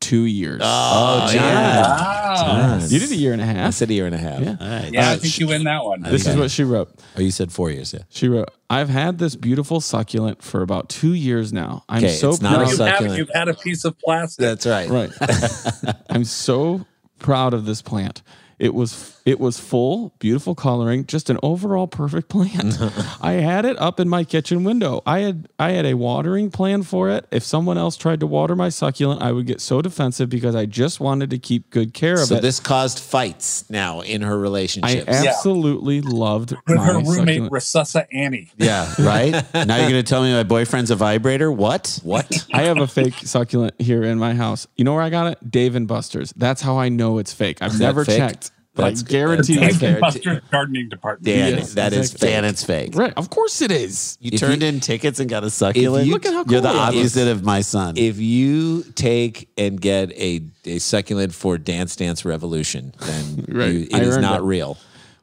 S4: two years.
S6: oh, John.
S5: wow.
S4: you did a year and a
S3: I
S4: half.
S3: said a year and a half.
S4: Yeah.
S5: Yeah, I think you win that one.
S4: This is what she wrote.
S6: Oh, you said four years. Yeah.
S4: She wrote, "I've had this beautiful succulent for about two years now. I'm
S3: Okay,
S4: so
S3: it's not a
S4: proud.
S5: you
S3: succulent.
S5: have, you've had a piece of plastic.
S3: That's right. [laughs]
S4: Right. I'm so proud of this plant. It was it was full, beautiful coloring, just an overall
S3: [laughs]
S4: perfect plant. I had it up in my kitchen window. I had I had a watering plan for it. If someone else tried to water my succulent, I would get so defensive because I just wanted to keep good care of
S3: So
S4: it.
S3: this caused fights now in her
S4: I
S3: relationships.
S4: absolutely loved
S5: With [laughs]
S4: my
S5: her roommate,
S4: succulent.
S5: Rasusa Annie.
S6: Yeah. Right. now you're gonna tell me my boyfriend's a vibrator. What?
S3: what?
S4: I have a fake succulent here in my house. You know where I got it? Dave and Buster's. That's how I know it's fake. I've
S3: that
S4: never
S3: fake?
S4: checked. But
S3: That's
S4: I
S3: good.
S4: guarantee
S3: That's
S4: it's
S3: good.
S4: fake.
S3: Guarantee-
S5: Buster's gardening department.
S3: Dan,
S4: Yes,
S3: that is
S4: exactly.
S3: fake. Dan, it's fake.
S4: Right, of course it is.
S6: You
S3: If
S6: turned
S3: you-
S6: in tickets and got a succulent.
S3: you- Look
S4: at how
S6: you're the
S4: cool it is.
S6: opposite of my son.
S3: If you take and get a, a succulent for Dance Dance
S4: [laughs]
S3: Revolution, then
S4: Right.
S3: you,
S4: I
S3: it is
S4: earned
S3: not
S4: it.
S3: real.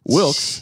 S4: Wilkes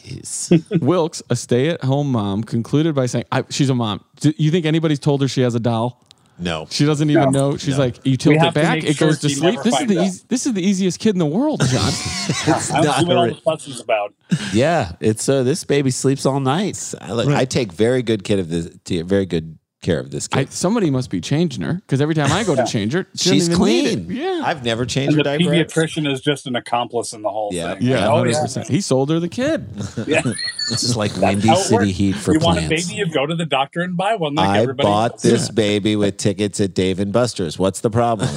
S4: [laughs]
S6: Jeez.
S4: Wilkes, a stay-at-home mom, concluded by saying, I, "She's a mom. Do you think anybody's told her she has a doll?
S3: No.
S4: She doesn't even know. She's like, you tilt it
S5: have to
S4: back,
S5: make
S4: it
S5: sure
S4: goes to
S5: she
S4: sleep.
S5: never
S4: This is
S5: finds
S4: the
S5: out.
S4: eas- this is the easiest kid in the world,
S6: [laughs]
S4: John.
S5: I don't see what all
S6: ri-
S5: the fuss is about.
S6: yeah. It's so this baby sleeps all night.
S3: I, look, I take very good care of this. t- Very good care of this kid.
S4: I, somebody must be changing her because every time I go to change her, she
S6: She's
S4: doesn't even need
S6: clean.
S4: it. Yeah,
S3: I've never changed
S5: And the
S3: her diaper.
S5: pediatrician is just an accomplice in the whole
S3: Yeah.
S5: thing.
S4: yeah,
S5: Oh,
S4: 100%. He sold her the kid.
S5: yeah.
S6: This
S4: [laughs]
S6: is like
S5: How
S6: windy
S5: it
S6: city
S5: works.
S6: heat for
S5: you want a
S6: plants.
S5: baby, you go to the doctor and buy one like
S3: I
S5: everybody.
S3: bought
S5: else.
S3: this baby with tickets at Dave and Buster's. What's the
S4: [laughs]
S3: problem?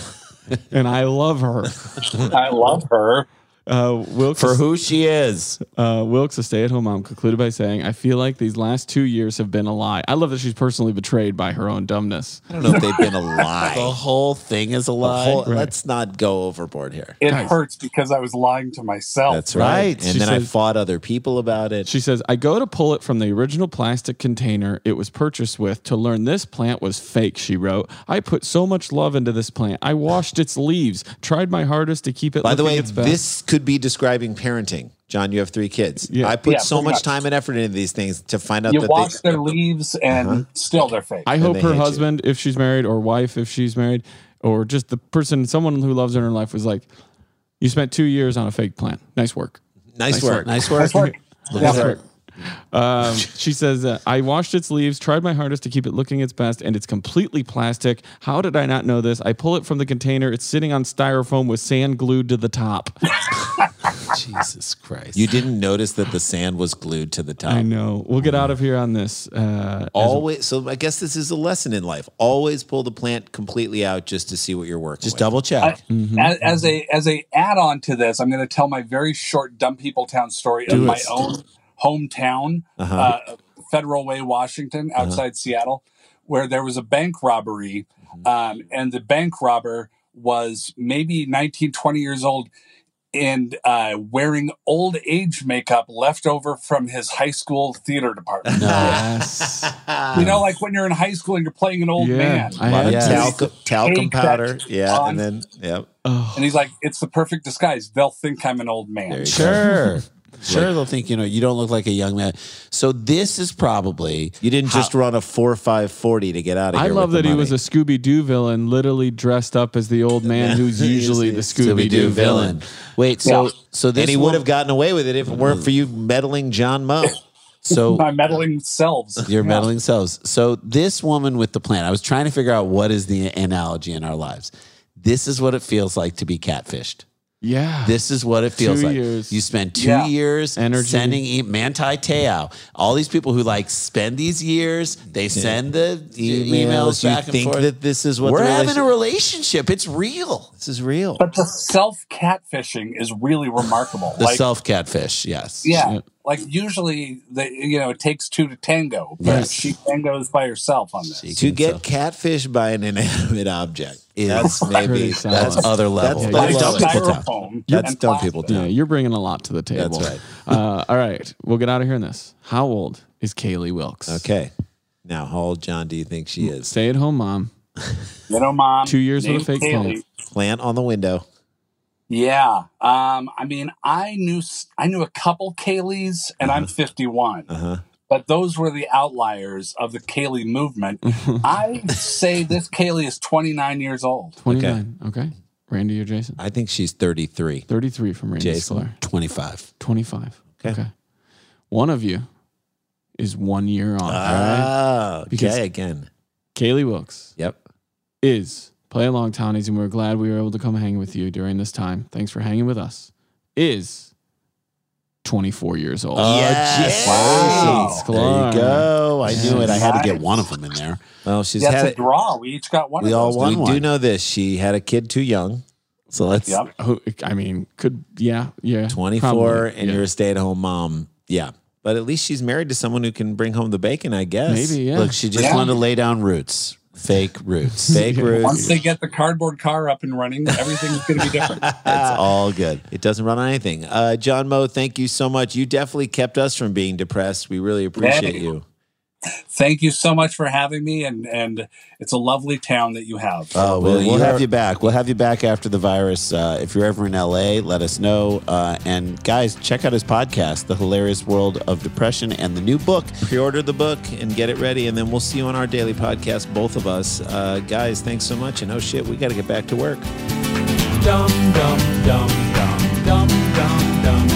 S4: and I love her.
S5: I love her.
S4: Uh, Wilkes
S6: For who she is.
S4: Uh, Wilkes, a stay at home mom, concluded by saying, I feel like these last two years have been a lie. I love that she's personally betrayed by her own dumbness.
S3: I don't know if they've
S4: [laughs]
S3: been a
S6: The
S3: lie.
S6: whole thing is a lie.
S3: Whole- Let's not go overboard here.
S5: It
S4: Guys.
S5: hurts because I was lying to myself.
S3: That's right.
S6: Right.
S3: And
S4: She
S3: then I
S4: says-
S3: fought other people about it.
S4: She says, I go to pull it from the original plastic container it was purchased with to learn this plant was fake, she wrote. I put so much love into this plant. I washed its leaves, tried my hardest to keep it.
S3: By the
S4: looking
S3: way,
S4: its best.
S3: this could be describing parenting. John, you have three kids.
S4: Yeah.
S3: I put
S5: Yeah,
S3: so
S5: pretty
S3: much
S5: much.
S3: time and effort into these things to find out
S5: You
S3: that
S5: wash
S3: they,
S5: their leaves and still they're fake.
S4: I hope
S3: they
S4: her
S3: hate you.
S4: husband, if she's married, or wife, if she's married, or just the person, someone who loves her in her life, was like, You spent two years on a fake plant. Nice work.
S3: nice, work.
S6: Nice work.
S5: Yeah.
S4: Um, she says, uh, I washed its leaves, tried my hardest to keep it looking its best, and it's completely plastic. How did I not know this? I pull it from the container. It's sitting on styrofoam with sand glued to the top.
S6: Jesus Christ.
S3: You didn't notice that the sand was glued to the
S4: I
S3: top.
S4: know. We'll get out of here on this. Uh,
S3: Always. So I guess this is a lesson in life. Always pull the plant completely out just to see what you're working
S6: just
S3: with.
S6: double check.
S5: as, as a as a add on to this, I'm going to tell my very short dumb people town story of my own hometown, uh Federal Way, Washington, outside Seattle, where there was a bank robbery, um, and the bank robber was maybe 19, 20 years old. and uh, wearing old age makeup left over from his high school theater department.
S4: Yes.
S5: You know, like when you're in high school and you're playing an old
S4: yeah.
S5: man.
S4: I
S3: lot
S4: had
S3: of
S4: to.
S5: talc-
S3: talcum, talcum
S5: Take that
S3: powder. Yeah,
S5: on.
S3: and then yep.
S4: Oh.
S5: And he's like, it's the perfect disguise. They'll think I'm an old man.
S3: There you go.
S6: [laughs] Sure. Sure, they'll think you know you don't look like a young man. So this is probably
S3: You didn't just run a four five forty to get out of
S4: I
S3: here.
S4: love
S3: with
S4: that
S3: the
S4: he was a
S3: money.
S4: Scooby Doo villain, literally dressed up as the old man who's usually the Scooby Doo villain.
S6: Wait, so so this
S3: and he
S6: will-
S3: would have gotten away with it if it weren't for you meddling John Moe.
S6: so
S5: My meddling selves.
S6: your
S5: Yeah.
S6: meddling selves. So this woman with the plan. I was trying to figure out what is the analogy in our lives. This is what it feels like to be catfished.
S4: Yeah.
S6: This is what it feels
S4: Two
S6: like.
S4: years.
S6: You spend two
S5: Yeah.
S6: years
S4: Energy.
S6: sending e- Manti Te'o. All these people who like spend these years, they send the e-, emails,
S3: you
S6: back and
S3: think
S6: forth.
S3: that this is what
S6: We're
S3: the
S6: having a
S3: relationship-
S6: relationship. It's real.
S3: this is real.
S5: But the self catfishing is really remarkable.
S6: The
S5: like,
S6: self catfish. Yes.
S5: yeah,
S4: Yeah.
S5: like usually, they, you know, it takes two to tango, but
S6: Yes.
S5: she tangos by herself on this.
S3: to get
S6: So-
S3: catfished by an inanimate object.
S6: Is
S3: That's maybe
S4: pretty solid.
S3: that's
S6: that's other level.
S3: That's
S5: Like
S3: That's dumb
S6: dumb people
S3: people
S6: town.
S5: styrofoam.
S3: That's
S5: and
S3: dumb
S5: plastic.
S3: people
S4: yeah,
S3: down.
S4: you're bringing a lot to the table.
S3: That's right.
S4: Uh, all right. We'll get out of here in this. How old is Kaylee Wilkes?
S3: Okay. Now, how old, John, do you think she is?
S4: Stay at home mom.
S5: You know, mom.
S4: Two years with a
S5: named
S4: fake
S5: Kaylee.
S4: phone.
S3: Plant on the window.
S5: Yeah. Um, I mean, I knew s- I knew a couple Kaylees, and I'm 51.
S3: Uh-huh.
S5: But those were the outliers of the Kaylee movement.
S3: [laughs]
S5: I say this Kaylee is 29 years old.
S4: 29. Okay. Randy or Jason?
S3: I think she's 33.
S4: 33 from Randy
S3: Jason.
S4: Sklar.
S6: 25.
S4: 25. Okay.
S3: Okay.
S4: One of you is one year on. all right?
S3: Ah,
S4: Because-
S3: okay, again.
S4: Kaylee Wilkes
S3: Yep.
S4: is play along townies, and we're glad we were able to come hang with you during this time. Thanks for hanging with us. Is 24 years old.
S3: Ah.
S6: Yes.
S5: Wow.
S6: There you go. I knew it. I had to get
S5: Nice.
S6: one of them in there.
S3: Well, she's
S5: That's
S3: had
S5: a
S3: it.
S5: draw. We each got one
S3: We
S5: of
S3: all
S5: those.
S6: won
S3: we do
S6: one.
S3: know this. She had a kid too young. So let's
S5: Yep.
S4: Who- I mean, could yeah, yeah.
S3: 24
S4: probably,
S3: and
S4: yeah.
S3: you're a stay-at-home mom. Yeah. But at least she's married to someone who can bring home the bacon, I guess.
S4: maybe yeah.
S6: Look, she just
S5: Yeah.
S6: wanted to lay down roots. Fake roots.
S3: Fake
S5: Once
S3: roots.
S5: they get the cardboard car up and running, everything's going to
S3: [laughs]
S5: be different.
S6: It's all good.
S3: It doesn't run on anything. Uh, John Moe, thank you so much. You definitely kept us from being depressed. We really appreciate
S5: Yeah.
S3: you.
S5: Thank you so much for having me, and and it's a lovely town that you have.
S3: Well,
S6: Oh, we'll, we'll
S3: you're-
S6: have you back. We'll have you back after the virus. Uh, if you're ever in LA, let us know. Uh, and guys, check out his podcast, The Hilarious World of Depression, and the new book.
S3: Pre-order the book and get it ready, and then we'll see you on our daily podcast, both of us. Uh, guys, thanks so much. And oh shit, we got to get back to work.
S2: Dum dum dum dum dum dum dum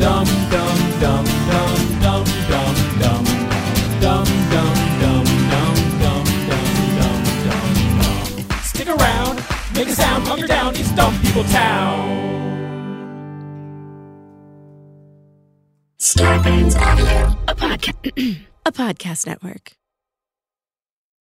S2: dum dum dum dum dum dum dum dum dum dum dum dum dum dum dum dum. Stick around, make a sound, calm her down. It's Dumb People Town.
S1: Scarpins Avenue, a podcast, a podcast network.